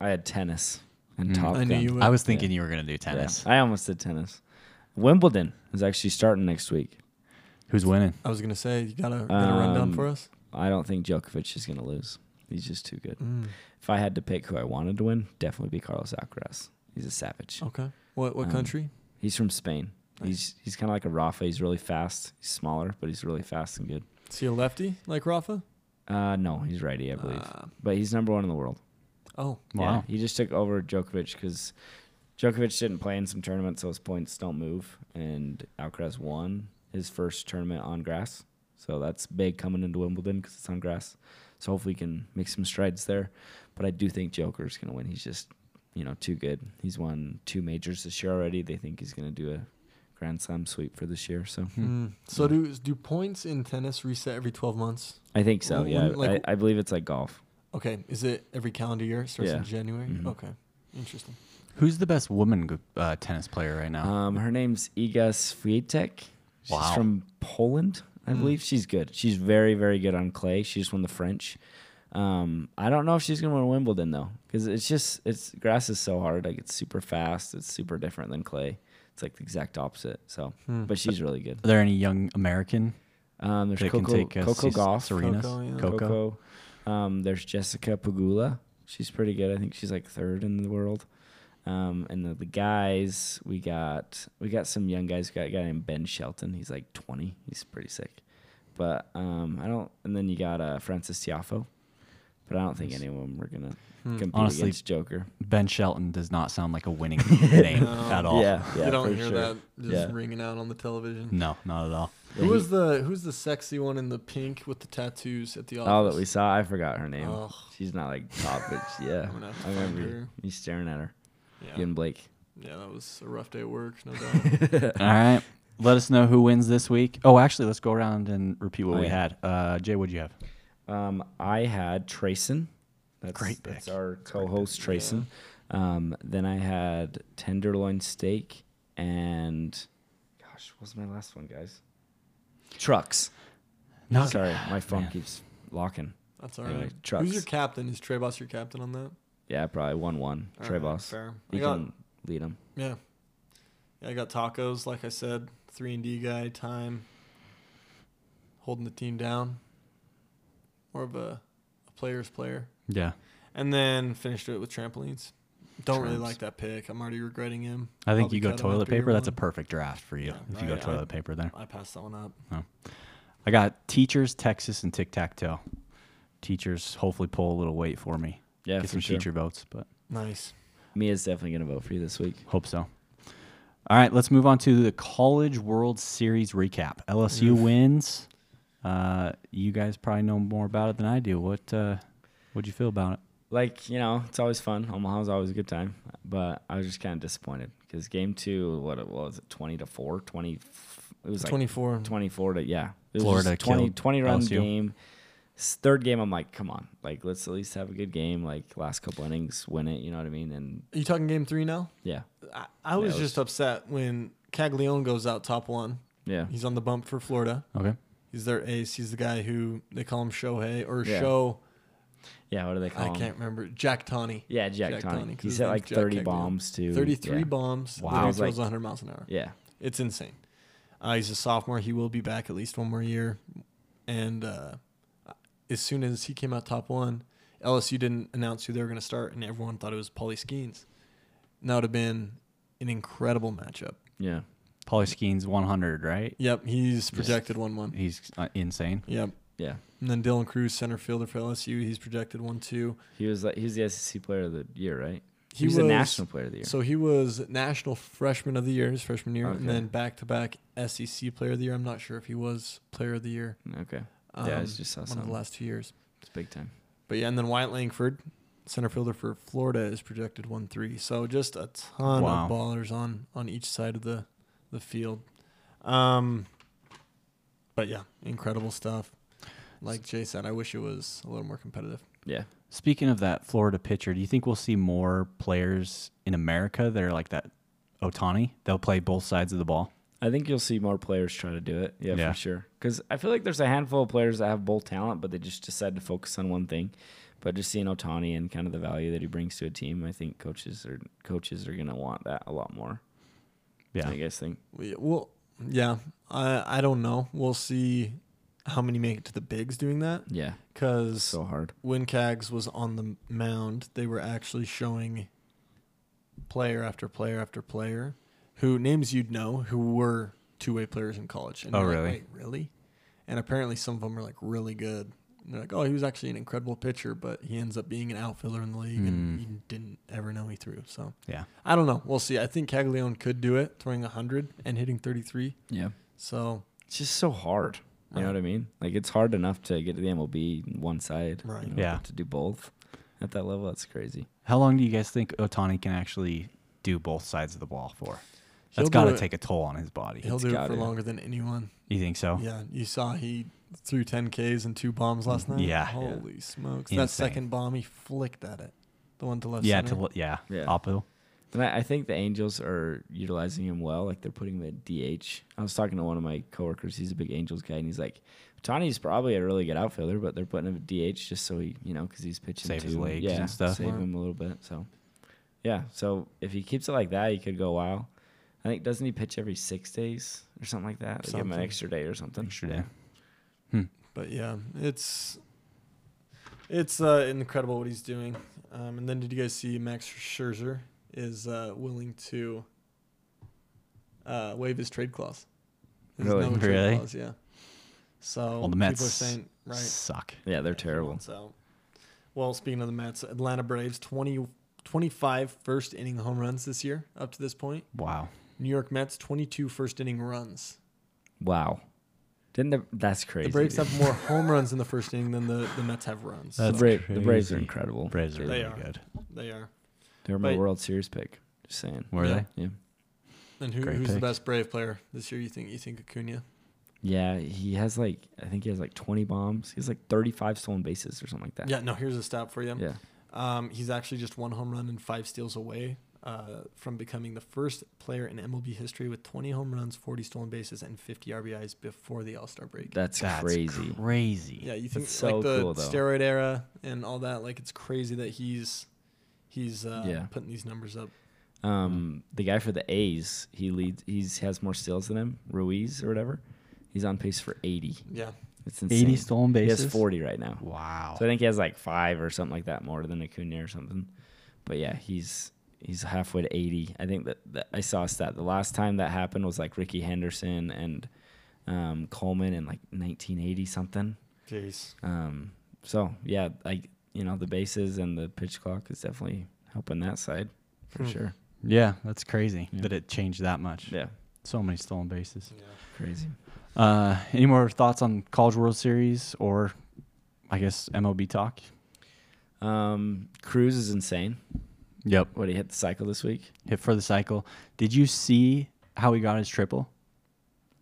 [SPEAKER 2] I had tennis and
[SPEAKER 1] Mm.
[SPEAKER 2] Top
[SPEAKER 3] I knew
[SPEAKER 2] Gun.
[SPEAKER 3] you would.
[SPEAKER 1] I was thinking you were gonna do
[SPEAKER 2] Yeah,
[SPEAKER 1] tennis.
[SPEAKER 2] I almost did tennis. Wimbledon is actually starting next week.
[SPEAKER 1] Who's winning?
[SPEAKER 3] I was gonna say you got a, got a rundown
[SPEAKER 2] Um,
[SPEAKER 3] for us.
[SPEAKER 2] I don't think Djokovic is going to lose. He's just too good.
[SPEAKER 3] Mm,
[SPEAKER 2] If I had to pick who I wanted to win, definitely be Carlos Alcaraz. He's a savage.
[SPEAKER 3] okay. What what
[SPEAKER 2] Um,
[SPEAKER 3] country?
[SPEAKER 2] He's from Spain.
[SPEAKER 3] Oh. Nice.
[SPEAKER 2] He's he's kind of like a Rafa. He's really fast. He's smaller, but he's really fast and good.
[SPEAKER 3] Is he a lefty like Rafa?
[SPEAKER 2] Uh, no, he's righty, I believe.
[SPEAKER 3] Uh,
[SPEAKER 2] but he's number one in the world.
[SPEAKER 3] oh,
[SPEAKER 1] Wow.
[SPEAKER 2] Yeah, he just took over Djokovic because Djokovic didn't play in some tournaments, so his points don't move. And Alcaraz won his first tournament on grass, so that's big coming into Wimbledon because it's on grass. So hopefully, he can make some strides there. But I do think Joker's gonna win. He's just, you know, too good. He's won two majors this year already. They think he's gonna do a Grand Slam sweep for this year. So
[SPEAKER 3] Mm. So do do points in tennis reset every twelve months?
[SPEAKER 2] I think so.
[SPEAKER 3] Wouldn't-
[SPEAKER 2] Yeah,
[SPEAKER 3] wouldn't, like-
[SPEAKER 2] I, I believe it's like golf.
[SPEAKER 3] Okay, is it every calendar year? It starts
[SPEAKER 2] Yeah.
[SPEAKER 3] in January.
[SPEAKER 2] Mhm.
[SPEAKER 3] Okay, interesting.
[SPEAKER 1] Who's the best woman go- uh, tennis player right now?
[SPEAKER 2] Um, her name's Iga Swiatek. She's
[SPEAKER 1] Wow.
[SPEAKER 2] from Poland, I
[SPEAKER 3] Mm.
[SPEAKER 2] believe. She's good. She's very, very good on clay. She just won the French. Um, I don't know if she's gonna win Wimbledon though, because it's just it's grass is so hard. Like it's super fast. It's super different than clay. It's like the exact opposite. So,
[SPEAKER 3] Hmm.
[SPEAKER 2] but she's really good.
[SPEAKER 1] Are there any young American
[SPEAKER 2] Um, there's
[SPEAKER 1] that
[SPEAKER 2] Coco,
[SPEAKER 1] can take uh, Se-
[SPEAKER 2] Coco Gauff.
[SPEAKER 1] Serena's?
[SPEAKER 3] Coco, yeah.
[SPEAKER 1] Coco.
[SPEAKER 2] Coco. Um, there's Jessica Pagula. She's pretty good. I think she's like third in the world. Um, and the, the guys we got we got some young guys. We got a guy named Ben Shelton. He's like 20. He's pretty sick. But um, I don't. And then you got uh, Francis Tiafo. But I don't think
[SPEAKER 1] Nice.
[SPEAKER 2] any of them are gonna
[SPEAKER 3] Hmm.
[SPEAKER 2] compete
[SPEAKER 1] Honestly,
[SPEAKER 2] against Joker.
[SPEAKER 1] Ben Shelton does not sound like a winning name
[SPEAKER 3] No.
[SPEAKER 1] at all.
[SPEAKER 2] Yeah, yeah,
[SPEAKER 3] you don't
[SPEAKER 2] for
[SPEAKER 3] hear
[SPEAKER 2] sure.
[SPEAKER 3] that just
[SPEAKER 2] Yeah. Mm-hmm.
[SPEAKER 3] ringing out on the television.
[SPEAKER 1] No, not at all.
[SPEAKER 2] Yeah,
[SPEAKER 3] Who was the Who's the sexy one in the pink with the tattoos at the office?
[SPEAKER 2] Oh, that we saw. I forgot her name.
[SPEAKER 3] Ugh.
[SPEAKER 2] She's not like top, but she- yeah.
[SPEAKER 3] I'm gonna have to
[SPEAKER 2] I
[SPEAKER 3] find
[SPEAKER 2] remember
[SPEAKER 3] her.
[SPEAKER 2] me staring at her.
[SPEAKER 3] Yeah.
[SPEAKER 2] You and Blake.
[SPEAKER 3] yeah, that was a rough day at work, no doubt.
[SPEAKER 1] All right. Let us know who wins this week. Oh, actually, let's go around and repeat what
[SPEAKER 2] Oh,
[SPEAKER 1] we
[SPEAKER 2] yeah.
[SPEAKER 1] had. Uh, Jay, what'd you have?
[SPEAKER 2] Um, I had Trayson. That's,
[SPEAKER 1] Great
[SPEAKER 2] That's
[SPEAKER 1] pick.
[SPEAKER 2] our co-host Trayson. Um, then I had tenderloin steak and, gosh, what was my last one, guys? Trucks.
[SPEAKER 1] No,
[SPEAKER 2] Sorry, my phone
[SPEAKER 1] Man.
[SPEAKER 2] keeps locking.
[SPEAKER 3] That's all
[SPEAKER 2] Anyway,
[SPEAKER 3] right.
[SPEAKER 2] trucks.
[SPEAKER 3] Who's your captain? Is Trey Boss your captain on that?
[SPEAKER 2] Yeah, probably one one.
[SPEAKER 3] All
[SPEAKER 2] Trey
[SPEAKER 3] right,
[SPEAKER 2] Boss.
[SPEAKER 3] Fair. I
[SPEAKER 2] You
[SPEAKER 3] got
[SPEAKER 2] can lead him.
[SPEAKER 3] yeah. yeah. I got tacos, like I said, three and D guy time, holding the team down. More of a, a player's player.
[SPEAKER 1] Yeah.
[SPEAKER 3] And then finished it with trampolines. Don't really
[SPEAKER 2] Tramps.
[SPEAKER 3] like that pick. I'm already regretting him.
[SPEAKER 1] I think
[SPEAKER 3] Probably
[SPEAKER 1] you go
[SPEAKER 3] cut him
[SPEAKER 1] toilet
[SPEAKER 3] after year
[SPEAKER 1] paper. That's a
[SPEAKER 3] one.
[SPEAKER 1] perfect draft for you
[SPEAKER 3] Yeah,
[SPEAKER 1] if you go
[SPEAKER 3] I- I-
[SPEAKER 1] toilet paper there.
[SPEAKER 3] I passed that one up.
[SPEAKER 1] I got teachers, Texas, and tic tac toe. Teachers hopefully pull a little weight for me.
[SPEAKER 2] Yeah,
[SPEAKER 1] Get
[SPEAKER 2] for
[SPEAKER 1] some
[SPEAKER 2] sure.
[SPEAKER 1] teacher votes, but
[SPEAKER 3] Nice.
[SPEAKER 2] Mia's definitely gonna vote for you this week.
[SPEAKER 1] hope so. All right, let's move on to the College World Series recap. LSU
[SPEAKER 3] Oof.
[SPEAKER 1] wins. Uh, you guys probably know more about it than I do. What uh, what'd you feel about it?
[SPEAKER 2] like you know, it's always fun. Omaha's always a good time, but I was just kind of disappointed because game two, what it was, it twenty to four, 20, It was like
[SPEAKER 3] 24.
[SPEAKER 2] 24 to yeah. It was
[SPEAKER 1] Florida
[SPEAKER 2] just 20,
[SPEAKER 1] killed
[SPEAKER 2] 20 run
[SPEAKER 1] LSU.
[SPEAKER 2] game. S- Third game, I'm like, come on, like let's at least have a good game. Like last couple innings, win it. You know what I mean? And
[SPEAKER 3] Are you talking game three now?
[SPEAKER 2] yeah,
[SPEAKER 3] I, I
[SPEAKER 2] it
[SPEAKER 3] was
[SPEAKER 2] was-
[SPEAKER 3] just upset when Caglione goes out top one.
[SPEAKER 2] yeah,
[SPEAKER 3] He's on the bump for Florida.
[SPEAKER 1] Okay.
[SPEAKER 3] He's their ace. He's the guy who they call him Shohei or
[SPEAKER 2] Yeah.
[SPEAKER 3] Show.
[SPEAKER 2] yeah. What do they
[SPEAKER 3] I
[SPEAKER 2] call him?
[SPEAKER 3] can't remember. Jack Tawny.
[SPEAKER 2] Yeah, Jack,
[SPEAKER 3] Jack
[SPEAKER 2] Tony.
[SPEAKER 3] Tony, 'cause
[SPEAKER 2] He's
[SPEAKER 3] his
[SPEAKER 2] hit
[SPEAKER 3] name's
[SPEAKER 2] like
[SPEAKER 3] Jack
[SPEAKER 2] 30
[SPEAKER 3] Caglione.
[SPEAKER 2] bombs too.
[SPEAKER 3] 33
[SPEAKER 2] yeah.
[SPEAKER 3] bombs.
[SPEAKER 2] Wow.
[SPEAKER 3] Wow. Then
[SPEAKER 2] I
[SPEAKER 3] he
[SPEAKER 2] was
[SPEAKER 3] throws
[SPEAKER 2] like-
[SPEAKER 3] 100 miles an hour.
[SPEAKER 2] Yeah,
[SPEAKER 3] It's insane. Uh, he's a sophomore. He will be back at least one more year. And uh, as soon as he came out top one, LSU didn't announce who they were going to start, and everyone thought it was Pauly Skeens. And that would have been an incredible matchup.
[SPEAKER 2] yeah.
[SPEAKER 1] Pauly Skeens 100, right?
[SPEAKER 3] Yep, he's projected 1 1.
[SPEAKER 1] He's uh, insane.
[SPEAKER 3] Yep.
[SPEAKER 2] Yeah.
[SPEAKER 3] And then Dylan Cruz, center fielder for LSU, he's projected 1 2.
[SPEAKER 2] He was like he was the SEC player of the year, right?
[SPEAKER 3] He
[SPEAKER 2] was, the
[SPEAKER 3] was-
[SPEAKER 2] national player of the year.
[SPEAKER 3] So he was National Freshman of the Year his freshman year,
[SPEAKER 2] Okay.
[SPEAKER 3] and then back to back SEC Player of the Year. I'm not sure if he was Player of the Year.
[SPEAKER 2] okay, yeah, I
[SPEAKER 3] um,
[SPEAKER 2] just saw
[SPEAKER 3] one of
[SPEAKER 2] something.
[SPEAKER 3] the last two years.
[SPEAKER 2] It's big time.
[SPEAKER 3] But yeah, and then Wyatt Langford, center fielder for Florida, is projected one three. So just a ton
[SPEAKER 1] Wow.
[SPEAKER 3] of ballers on on each side of the the field. Um, but yeah, incredible stuff. Like Jay said, I wish it was a little more competitive.
[SPEAKER 2] Yeah.
[SPEAKER 1] Speaking of that Florida pitcher, do you think we'll see more players in America that are like that Otani? They'll play both sides of the ball.
[SPEAKER 2] I think you'll see more players try to do it. Yeah,
[SPEAKER 1] Yeah.
[SPEAKER 2] for sure. Because I feel like there's a handful of players that have both talent, but they just decide to focus on one thing. But just seeing Otani and kind of the value that he brings to a team, I think coaches are coaches are gonna want that a lot more.
[SPEAKER 1] Yeah.
[SPEAKER 2] I guess think.
[SPEAKER 3] We, well, yeah, I I don't know. We'll see how many make it to the bigs doing that
[SPEAKER 2] Yeah,
[SPEAKER 3] because
[SPEAKER 2] so hard.
[SPEAKER 3] when Cags was on the mound, they were actually showing player after player after player who names you'd know who were two way players in college. And
[SPEAKER 1] Oh,
[SPEAKER 3] you're like,
[SPEAKER 1] really?
[SPEAKER 3] "Wait, really? And apparently some of them are like really good. And they're like, oh, he was actually an incredible pitcher, but he ends up being an outfielder in the league and
[SPEAKER 1] Mm.
[SPEAKER 3] you didn't ever know he threw. So
[SPEAKER 1] Yeah.
[SPEAKER 3] I don't know. We'll see. I think Caglione could do it, throwing 100 and hitting 33.
[SPEAKER 2] Yeah,
[SPEAKER 3] So, uh,
[SPEAKER 2] it's just so hard. You know
[SPEAKER 3] Right.
[SPEAKER 2] what I mean? Like it's hard enough to get to the MLB one side.
[SPEAKER 3] Right.
[SPEAKER 2] you know,
[SPEAKER 1] Yeah.
[SPEAKER 2] but To do both at that level, that's crazy.
[SPEAKER 1] How long do you guys think Otani can actually do both sides of the ball for?
[SPEAKER 3] He'll
[SPEAKER 1] That's
[SPEAKER 3] do
[SPEAKER 1] got to
[SPEAKER 3] it.
[SPEAKER 1] take a toll on his body.
[SPEAKER 3] he'll
[SPEAKER 2] It's
[SPEAKER 3] do it
[SPEAKER 2] gotta.
[SPEAKER 3] for longer than anyone.
[SPEAKER 1] You think so?
[SPEAKER 3] Yeah, you saw he threw 10 Ks and two bombs last night.
[SPEAKER 1] Mm, Yeah.
[SPEAKER 3] holy smokes!
[SPEAKER 1] Insane.
[SPEAKER 3] That second bomb, he flicked at it, the one to left.
[SPEAKER 1] Yeah,
[SPEAKER 3] center.
[SPEAKER 1] to l- yeah,
[SPEAKER 2] Yeah.
[SPEAKER 1] Oppo.
[SPEAKER 2] And I, I think the Angels are utilizing him well. Like they're putting him at DH. I was talking to one of my coworkers. He's a big Angels guy, and he's like, Tani's probably a really good outfielder, but they're putting him at DH just so he, you know, because he's pitching
[SPEAKER 1] Save
[SPEAKER 2] to,
[SPEAKER 1] his legs
[SPEAKER 2] yeah,
[SPEAKER 1] and stuff.
[SPEAKER 2] Save
[SPEAKER 3] Smart.
[SPEAKER 2] him a little bit. So, yeah. So if he keeps it like that, he could go a while. I think doesn't he pitch every six days or something like that? They give him an
[SPEAKER 3] Something.
[SPEAKER 2] extra day or something.
[SPEAKER 1] Extra day.
[SPEAKER 3] but yeah, it's it's uh, incredible what he's doing. Um, and then did you guys see Max Scherzer is uh, willing to uh, waive his trade clause? His
[SPEAKER 2] Really?
[SPEAKER 3] no trade
[SPEAKER 1] Really?
[SPEAKER 3] clause, yeah.
[SPEAKER 1] Well,
[SPEAKER 3] So
[SPEAKER 1] the
[SPEAKER 3] people are
[SPEAKER 1] Mets
[SPEAKER 3] saying right.
[SPEAKER 1] Suck.
[SPEAKER 2] Yeah, they're
[SPEAKER 3] Yeah, he
[SPEAKER 2] terrible.
[SPEAKER 3] wants out. Well, speaking of the Mets, Atlanta Braves 20, 25 first inning home runs this year up to this point.
[SPEAKER 1] Wow.
[SPEAKER 3] New York Mets 22 first inning runs.
[SPEAKER 2] Wow. Didn't the, that's crazy?
[SPEAKER 3] the Braves
[SPEAKER 2] dude.
[SPEAKER 3] have more home runs in the first inning than the, the Mets have runs.
[SPEAKER 2] the,
[SPEAKER 1] That's
[SPEAKER 3] so
[SPEAKER 2] Bra- the Braves are
[SPEAKER 1] crazy.
[SPEAKER 2] incredible.
[SPEAKER 1] Braves are
[SPEAKER 3] They
[SPEAKER 1] really
[SPEAKER 3] are.
[SPEAKER 1] good.
[SPEAKER 3] they are.
[SPEAKER 2] They're my
[SPEAKER 3] But-
[SPEAKER 2] World Series pick. Just saying.
[SPEAKER 1] Were
[SPEAKER 3] Yeah.
[SPEAKER 1] they?
[SPEAKER 2] Yeah.
[SPEAKER 3] And who,
[SPEAKER 1] Great
[SPEAKER 3] who's the
[SPEAKER 1] pick.
[SPEAKER 3] best Brave player this year? You think you think Acuna?
[SPEAKER 2] Yeah, he has like I think he has like 20 bombs. He has like 35 stolen bases or something like that.
[SPEAKER 3] Yeah. No. Here's a stat for you.
[SPEAKER 2] Yeah.
[SPEAKER 3] Um, he's actually just one home run and five steals away uh, from becoming the first player in MLB history with 20 home runs, 40 stolen bases, and 50 RBIs before the All Star break.
[SPEAKER 2] That's,
[SPEAKER 1] That's
[SPEAKER 2] crazy.
[SPEAKER 1] Crazy.
[SPEAKER 3] Yeah, you think
[SPEAKER 2] That's so
[SPEAKER 3] like the
[SPEAKER 2] cool, though.
[SPEAKER 3] steroid era and all that. Like it's crazy that he's he's uh,
[SPEAKER 2] Yeah.
[SPEAKER 3] putting these numbers up.
[SPEAKER 2] um the guy for the A's, he leads he's has more steals than him, Ruiz or whatever. He's on pace for 80.
[SPEAKER 3] Yeah,
[SPEAKER 2] It's insane.
[SPEAKER 1] 80 stolen
[SPEAKER 2] He
[SPEAKER 1] bases.
[SPEAKER 2] has 40 right now.
[SPEAKER 1] Wow.
[SPEAKER 2] So I think he has like 5 or something like that more than Acuña or something. But yeah, he's he's halfway to 80. I think that, that I saw a stat the last time that happened was like Ricky Henderson and um, Coleman in like 1980 something.
[SPEAKER 3] jeez.
[SPEAKER 2] Um, so yeah, I you know the bases and the pitch clock is definitely helping that side for
[SPEAKER 3] Hmm.
[SPEAKER 2] sure.
[SPEAKER 1] yeah, that's crazy
[SPEAKER 2] Yeah.
[SPEAKER 1] that it changed that much.
[SPEAKER 2] Yeah,
[SPEAKER 1] So many stolen bases.
[SPEAKER 3] Yeah.
[SPEAKER 2] crazy.
[SPEAKER 1] Uh, any more thoughts on College World Series or, I guess, MLB talk?
[SPEAKER 2] Um, Cruz is insane.
[SPEAKER 1] Yep.
[SPEAKER 2] What he hit the cycle this week.
[SPEAKER 1] Hit for the cycle. Did you see how he got his triple?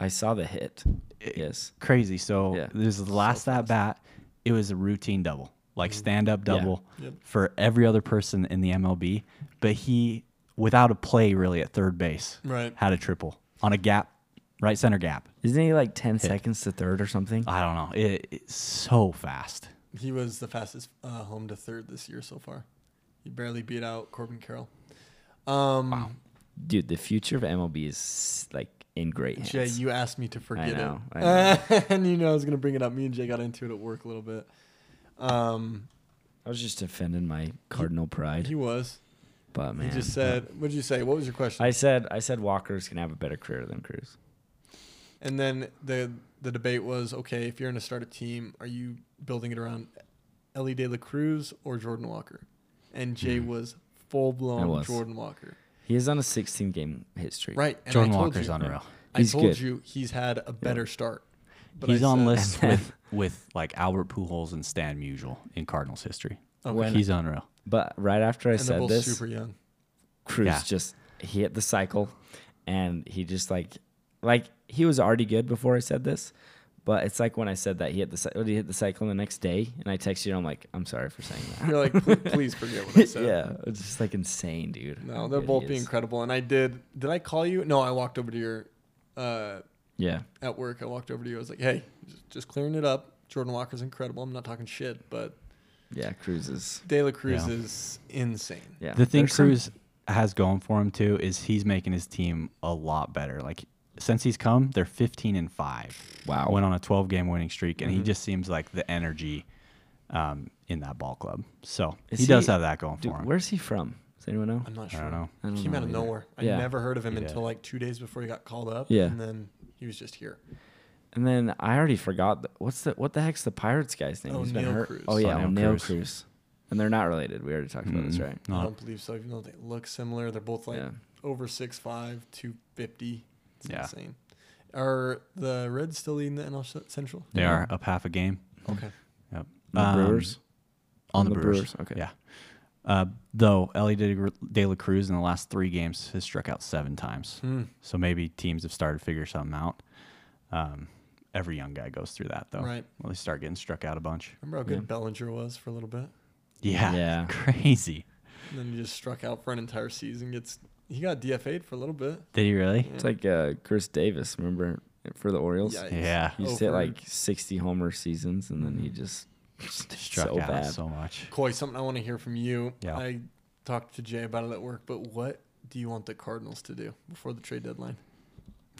[SPEAKER 2] I saw the hit.
[SPEAKER 1] It-
[SPEAKER 2] Yes.
[SPEAKER 1] Crazy. So
[SPEAKER 2] Yeah.
[SPEAKER 1] this is the last at bat. It was a routine double, like stand up
[SPEAKER 2] Yeah.
[SPEAKER 1] double
[SPEAKER 3] Mm. Yep.
[SPEAKER 1] for every other person in the MLB. But he, without a play really at third base,
[SPEAKER 3] Right.
[SPEAKER 1] had a triple on a gap, right center gap.
[SPEAKER 2] Isn't he like ten seconds to third or something?
[SPEAKER 1] I don't know. It, it's so fast.
[SPEAKER 3] He was the fastest uh, home to third this year so far. He barely beat out Corbin Carroll. Um,
[SPEAKER 2] Dude, the future of MLB is like in great hands.
[SPEAKER 3] Jay, you asked me to forget
[SPEAKER 2] know,
[SPEAKER 3] it,
[SPEAKER 2] I know.
[SPEAKER 3] and you know I was gonna bring it up. Me and Jay got into it at work a little bit. Um,
[SPEAKER 2] I was just defending my cardinal pride,
[SPEAKER 3] he was.
[SPEAKER 2] but man,
[SPEAKER 3] he just said, "What'd you say? What was your question?"
[SPEAKER 2] I said I said Walker's gonna have a better career than Cruz.
[SPEAKER 3] And then the the debate was okay, if you're going to start a team, are you building it around Ellie De La Cruz or Jordan Walker? And Jay was full
[SPEAKER 2] I
[SPEAKER 3] blown
[SPEAKER 2] Hmm. was.
[SPEAKER 3] Jordan Walker.
[SPEAKER 2] He is on a 16 game hit streak.
[SPEAKER 3] Right. And
[SPEAKER 1] Jordan
[SPEAKER 3] I told
[SPEAKER 1] Walker's
[SPEAKER 3] you,
[SPEAKER 1] unreal.
[SPEAKER 3] I
[SPEAKER 2] He's
[SPEAKER 3] told
[SPEAKER 2] good.
[SPEAKER 3] you he's had a better start. But
[SPEAKER 1] he's
[SPEAKER 3] I
[SPEAKER 1] on
[SPEAKER 3] said-
[SPEAKER 1] lists with, with like Albert Pujols and Stan Musial in Cardinals history.
[SPEAKER 3] Okay.
[SPEAKER 2] When-
[SPEAKER 1] He's unreal.
[SPEAKER 2] But right after I
[SPEAKER 3] and they're
[SPEAKER 2] said
[SPEAKER 3] both
[SPEAKER 2] this,
[SPEAKER 3] super young.
[SPEAKER 2] Cruz
[SPEAKER 1] Yeah.
[SPEAKER 2] just he hit the cycle, and he just like like he was already good before I said this, But it's like when I said that he hit the cy- he hit the cyclone the next day, and I texted you. and I'm like, I'm sorry for saying that.
[SPEAKER 3] You're like, "Please- please forget what I said."
[SPEAKER 2] yeah, it's just like insane, dude.
[SPEAKER 3] No,
[SPEAKER 2] how good
[SPEAKER 3] they'll
[SPEAKER 2] he
[SPEAKER 3] both be
[SPEAKER 2] is.
[SPEAKER 3] incredible. And I did. Did I call you? No, I walked over to your. Uh,
[SPEAKER 2] Yeah,
[SPEAKER 3] at work, I walked over to you. I was like, "Hey, just, just clearing it up. Jordan Walker's incredible. I'm not talking shit, but
[SPEAKER 2] yeah, cruises.
[SPEAKER 3] De La Cruz
[SPEAKER 1] Yeah.
[SPEAKER 3] is insane.
[SPEAKER 2] Yeah,
[SPEAKER 1] The thing
[SPEAKER 2] there's some-
[SPEAKER 1] Cruz has going for him too is he's making his team a lot better. Like since he's come, they're 15 and five.
[SPEAKER 2] Wow.
[SPEAKER 1] Went on a 12 game winning streak,
[SPEAKER 2] Mm-hmm.
[SPEAKER 1] and he just seems like the energy um, in that ball club. So
[SPEAKER 2] Is
[SPEAKER 1] he, does
[SPEAKER 2] he-
[SPEAKER 1] have that going
[SPEAKER 2] Dude,
[SPEAKER 1] for him.
[SPEAKER 2] where's he from? Does anyone know?
[SPEAKER 3] I'm not
[SPEAKER 1] I
[SPEAKER 3] sure.
[SPEAKER 1] don't know.
[SPEAKER 2] I don't
[SPEAKER 3] Came
[SPEAKER 2] know
[SPEAKER 3] out of
[SPEAKER 2] either.
[SPEAKER 3] nowhere. I
[SPEAKER 2] Yeah.
[SPEAKER 3] never heard of him
[SPEAKER 1] He
[SPEAKER 3] until
[SPEAKER 1] did.
[SPEAKER 3] like two days before he got called up.
[SPEAKER 2] Yeah.
[SPEAKER 3] and then he was just here.
[SPEAKER 2] And then I already forgot the, what's the what the heck's the Pirates guy's name?
[SPEAKER 3] O'Neal Cruz.
[SPEAKER 2] Oh yeah,
[SPEAKER 1] O'Neal
[SPEAKER 2] O'Neal Cruz.
[SPEAKER 1] Cruz.
[SPEAKER 2] And they're not related. We already talked about this,
[SPEAKER 1] Mm,
[SPEAKER 2] right? Um,
[SPEAKER 3] I
[SPEAKER 1] Not,
[SPEAKER 3] don't believe so. Even though they look similar, they're both like
[SPEAKER 2] Yeah.
[SPEAKER 1] Um,
[SPEAKER 3] over 6'5", 250. It's
[SPEAKER 1] Yeah.
[SPEAKER 3] insane. Are the Reds still leading the NL Cent- Central?
[SPEAKER 1] they
[SPEAKER 2] Yeah.
[SPEAKER 1] are up half a game
[SPEAKER 3] Okay.
[SPEAKER 2] The
[SPEAKER 1] Um,
[SPEAKER 2] Brewers.
[SPEAKER 1] on the, Brewers.
[SPEAKER 2] Okay.
[SPEAKER 1] Yeah. Uh, though Ellie De, De La Cruz in the last three games has struck out seven times.
[SPEAKER 3] Hmm.
[SPEAKER 1] So maybe teams have started to figure something out. Um, every young guy goes through that though.
[SPEAKER 3] Right.
[SPEAKER 1] Well, they start getting struck out a bunch.
[SPEAKER 3] Remember how good
[SPEAKER 2] Yeah.
[SPEAKER 3] Bellinger was for a little bit?
[SPEAKER 1] Yeah.
[SPEAKER 2] Yeah.
[SPEAKER 1] Crazy.
[SPEAKER 3] And then he just struck out for an entire season. Gets He got DFA'd for a little bit.
[SPEAKER 1] Did he really?
[SPEAKER 2] It's like uh, Chris Davis. Remember for the Orioles?
[SPEAKER 3] Yikes.
[SPEAKER 1] Yeah. Oh,
[SPEAKER 2] He used to hit like 60 homer seasons, and then he
[SPEAKER 1] Mm-hmm.
[SPEAKER 2] just
[SPEAKER 1] Struck
[SPEAKER 2] so
[SPEAKER 1] out
[SPEAKER 2] bad.
[SPEAKER 1] so much.
[SPEAKER 3] Coy, something I want to hear from you.
[SPEAKER 1] Yeah.
[SPEAKER 3] I talked to Jay about it at work, but what do you want the Cardinals to do before the trade deadline?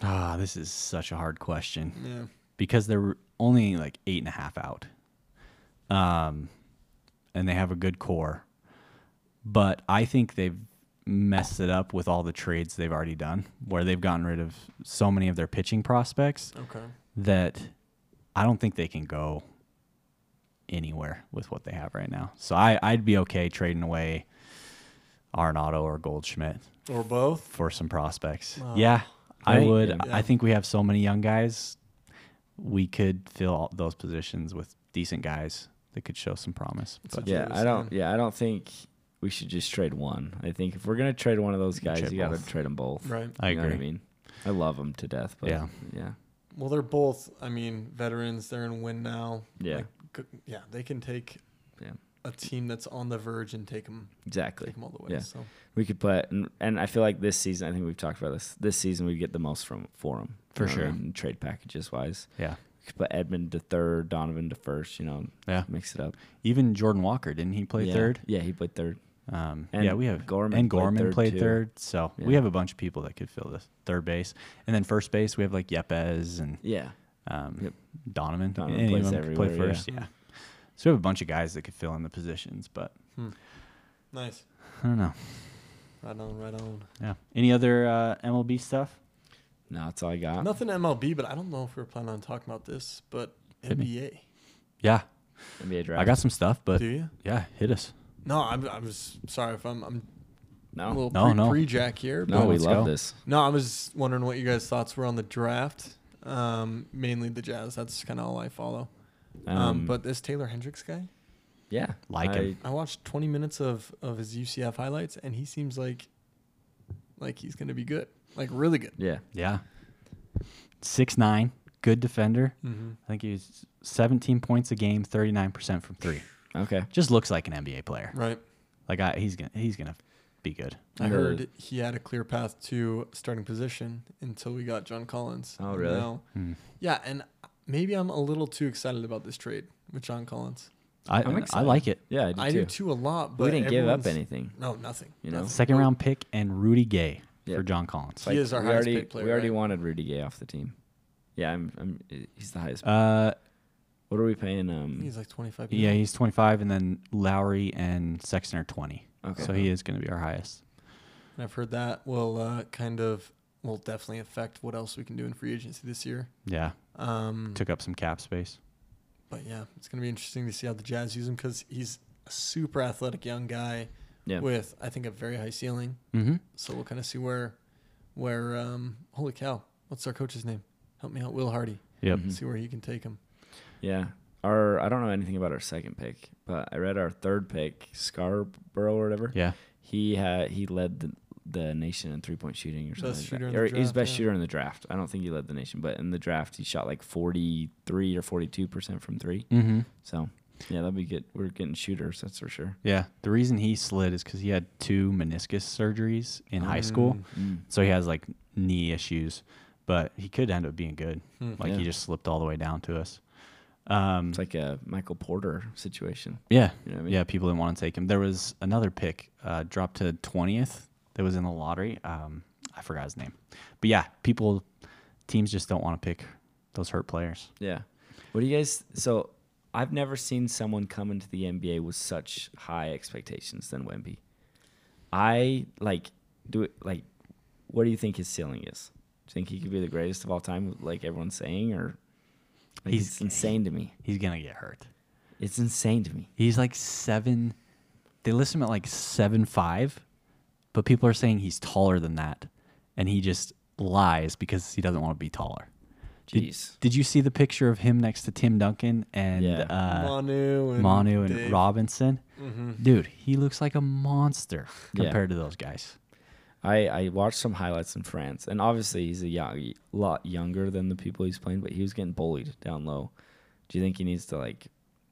[SPEAKER 1] Ah, this is such a hard question.
[SPEAKER 3] Yeah.
[SPEAKER 1] because they're only like eight and a half out, um, and they have a good core. But I think they've messed it up with all the trades they've already done, where they've gotten rid of so many of their pitching prospects
[SPEAKER 3] Okay.
[SPEAKER 1] that I don't think they can go anywhere with what they have right now. So I, I'd be okay trading away Arenado or Goldschmidt
[SPEAKER 3] Or both?
[SPEAKER 1] for some prospects.
[SPEAKER 3] Wow.
[SPEAKER 1] yeah, I
[SPEAKER 2] Right?
[SPEAKER 1] would.
[SPEAKER 2] Yeah.
[SPEAKER 1] I think we have so many young guys. We could fill all those positions with decent guys that could show some promise.
[SPEAKER 3] It's
[SPEAKER 1] But
[SPEAKER 3] That's what
[SPEAKER 2] Yeah,
[SPEAKER 3] I was
[SPEAKER 2] I don't.
[SPEAKER 3] saying.
[SPEAKER 2] Yeah, I don't think we should just trade one. I think if we're gonna trade one of those guys,
[SPEAKER 1] Trade
[SPEAKER 2] you gotta
[SPEAKER 1] both.
[SPEAKER 2] trade them both.
[SPEAKER 3] Right.
[SPEAKER 1] I
[SPEAKER 2] You know what
[SPEAKER 1] agree.
[SPEAKER 2] I mean, I love them to death. But yeah,
[SPEAKER 1] Yeah.
[SPEAKER 2] yeah,
[SPEAKER 3] Well, they're both, I mean, veterans. They're in win now.
[SPEAKER 2] yeah,
[SPEAKER 3] Like, g- yeah, they can take
[SPEAKER 2] Yeah.
[SPEAKER 3] a team that's on the verge and take them,
[SPEAKER 2] exactly.
[SPEAKER 3] all the way.
[SPEAKER 2] Yeah.
[SPEAKER 3] So
[SPEAKER 2] We could put, and, and I feel like this season. I think we've talked about this. This season, we'd get the most from for them
[SPEAKER 1] For sure.
[SPEAKER 2] trade packages wise,
[SPEAKER 1] Yeah,
[SPEAKER 2] we could put Edmund to third, Donovan to first. You know,
[SPEAKER 1] yeah.
[SPEAKER 2] mix it up.
[SPEAKER 1] Even Jordan Walker didn't he play
[SPEAKER 2] yeah.
[SPEAKER 1] third?
[SPEAKER 2] Yeah, he played third.
[SPEAKER 1] Um,
[SPEAKER 2] And
[SPEAKER 1] yeah, we have
[SPEAKER 2] Gorman
[SPEAKER 1] and
[SPEAKER 2] played
[SPEAKER 1] Gorman
[SPEAKER 2] third,
[SPEAKER 1] played
[SPEAKER 2] too.
[SPEAKER 1] third. So we
[SPEAKER 2] Yeah.
[SPEAKER 1] have a bunch of people that could fill the third base, and then first base we have like Yepes and
[SPEAKER 2] Yeah,
[SPEAKER 1] um,
[SPEAKER 2] Yep.
[SPEAKER 1] Donovan.
[SPEAKER 2] Donovan
[SPEAKER 1] Any of
[SPEAKER 2] plays
[SPEAKER 1] them could play
[SPEAKER 2] everywhere, yeah.
[SPEAKER 1] first. yeah. So we have a bunch of guys that could fill in the positions, but
[SPEAKER 3] nice.
[SPEAKER 1] I don't know.
[SPEAKER 3] Right on, right on.
[SPEAKER 1] Yeah. Any other uh, MLB stuff?
[SPEAKER 2] no, that's all I
[SPEAKER 1] Uh,
[SPEAKER 2] got.
[SPEAKER 3] Nothing MLB, but I don't know if we were planning on talking about this, but
[SPEAKER 1] Hit me.
[SPEAKER 3] NBA.
[SPEAKER 1] Yeah,
[SPEAKER 2] NBA draft.
[SPEAKER 1] I got some stuff, but
[SPEAKER 3] Do you?
[SPEAKER 1] yeah, hit us.
[SPEAKER 3] No, I'm, I'm just sorry if I'm, I'm a
[SPEAKER 2] no,
[SPEAKER 3] little
[SPEAKER 1] No,
[SPEAKER 3] pre,
[SPEAKER 1] no.
[SPEAKER 3] pre-jack here.
[SPEAKER 2] no,
[SPEAKER 1] No,
[SPEAKER 2] we
[SPEAKER 1] let's
[SPEAKER 2] love
[SPEAKER 1] go.
[SPEAKER 2] this.
[SPEAKER 3] No, I was wondering what you guys' thoughts were on the draft. Um, mainly the Jazz. That's kind of all I follow. Um, but this Taylor Hendricks guy,
[SPEAKER 2] yeah,
[SPEAKER 1] Like
[SPEAKER 2] I-
[SPEAKER 1] him.
[SPEAKER 3] I watched 20 minutes of of his UCF highlights, and he seems like like he's gonna be good, like really good.
[SPEAKER 2] Yeah,
[SPEAKER 1] Yeah. Six nine, good defender.
[SPEAKER 3] Mm-hmm.
[SPEAKER 1] I think he's 17 points a game, 39 percent from three.
[SPEAKER 2] okay.
[SPEAKER 1] Just looks like an NBA player.
[SPEAKER 3] Right.
[SPEAKER 1] Like I, he's gonna he's gonna be good.
[SPEAKER 3] I
[SPEAKER 2] Yeah.
[SPEAKER 3] heard he had a clear path to starting position until we got John Collins.
[SPEAKER 2] Oh,
[SPEAKER 3] And
[SPEAKER 2] really?
[SPEAKER 3] now-
[SPEAKER 1] Hmm.
[SPEAKER 3] yeah, and maybe I'm a little too excited about this trade with John Collins.
[SPEAKER 1] I
[SPEAKER 2] I'm
[SPEAKER 1] I
[SPEAKER 2] excited.
[SPEAKER 1] like it.
[SPEAKER 2] Yeah, I do
[SPEAKER 3] I
[SPEAKER 2] too.
[SPEAKER 3] do too a lot, but
[SPEAKER 2] we didn't give up
[SPEAKER 3] everyone's-
[SPEAKER 2] anything.
[SPEAKER 3] No, nothing.
[SPEAKER 2] You know?
[SPEAKER 3] Nothing.
[SPEAKER 1] Second round pick and Rudy Gay
[SPEAKER 2] Yeah.
[SPEAKER 1] for John Collins.
[SPEAKER 3] He is our
[SPEAKER 2] we
[SPEAKER 3] highest
[SPEAKER 2] already,
[SPEAKER 3] paid player,
[SPEAKER 2] We already
[SPEAKER 3] right?
[SPEAKER 2] wanted Rudy Gay off the team. Yeah, I'm. I'm he's the highest.
[SPEAKER 1] Uh,
[SPEAKER 2] what are we paying? Um,
[SPEAKER 3] He's like 25.
[SPEAKER 1] yeah, he's 25, and then Lowry and Sexton are 20.
[SPEAKER 2] Okay.
[SPEAKER 1] So he is gonna be our highest.
[SPEAKER 3] And I've heard that will uh, kind of will definitely affect what else we can do in free agency this year.
[SPEAKER 1] Yeah,
[SPEAKER 2] Mm-hmm.
[SPEAKER 3] Um,
[SPEAKER 1] took up some cap space.
[SPEAKER 3] but yeah, it's going to be interesting to see how the Jazz use him because he's a super athletic young guy
[SPEAKER 2] yeah.
[SPEAKER 3] with I think a very high ceiling.
[SPEAKER 1] Mm-hmm.
[SPEAKER 3] So we'll kind of see where where um, holy cow, what's our coach's name? Help me out, Will Hardy.
[SPEAKER 1] Yep.
[SPEAKER 2] Mhm.
[SPEAKER 3] See where he can take him.
[SPEAKER 2] Yeah. Our I don't know anything about our second pick, but I read our third pick, Scarborough or whatever.
[SPEAKER 1] Yeah.
[SPEAKER 2] He had he led the the nation in three point shooting or something.
[SPEAKER 3] Best
[SPEAKER 2] like
[SPEAKER 3] shooter
[SPEAKER 2] that.
[SPEAKER 3] in the
[SPEAKER 2] Or he was
[SPEAKER 3] draft,
[SPEAKER 2] best
[SPEAKER 3] yeah.
[SPEAKER 2] shooter in the draft. I don't think he led the nation, but in the draft he shot like forty three or forty two percent from three.
[SPEAKER 1] Mm-hmm.
[SPEAKER 2] So yeah, that'd be good. We're getting shooters, that's for sure.
[SPEAKER 1] Yeah. The reason he slid is because he had two meniscus surgeries in
[SPEAKER 2] Oh.
[SPEAKER 1] high school.
[SPEAKER 3] Mm.
[SPEAKER 1] So he has like knee issues, but he could end up being good.
[SPEAKER 3] Hmm.
[SPEAKER 1] Like he
[SPEAKER 2] Yeah.
[SPEAKER 1] just slipped all the way down to us. Um,
[SPEAKER 2] It's like a Michael Porter situation.
[SPEAKER 1] yeah.
[SPEAKER 2] You know what I mean?
[SPEAKER 1] Yeah. People didn't want to take him. There was another pick uh, dropped to 20th that was in the lottery. Um, I forgot his name. But yeah, people, teams just don't want to pick those hurt players.
[SPEAKER 2] Yeah. What do you guys? So I've never seen someone come into the NBA with such high expectations than Wemby. I like do it. Like, what do you think his ceiling is? Do you think he could be the greatest of all time, like everyone's saying, or like,
[SPEAKER 1] He's-
[SPEAKER 2] it's insane to me?
[SPEAKER 1] He's going to get hurt.
[SPEAKER 2] It's insane to me.
[SPEAKER 1] He's like seven. They list him at like seven five, but people are saying he's taller than that, and he just lies because he doesn't want to be taller. Did-
[SPEAKER 2] Jeez.
[SPEAKER 1] Did, you see the picture of him next to Tim Duncan and
[SPEAKER 2] Yeah.
[SPEAKER 1] uh,
[SPEAKER 3] Manu and
[SPEAKER 1] Manu and
[SPEAKER 3] Dave. Mm-hmm.
[SPEAKER 1] Robinson? Dude, he looks like a monster
[SPEAKER 2] Yeah.
[SPEAKER 1] compared to those guys.
[SPEAKER 2] I, I watched some highlights in France, and obviously he's a young, lot younger than the people he's playing, but he was getting bullied down low. Do you think he needs to like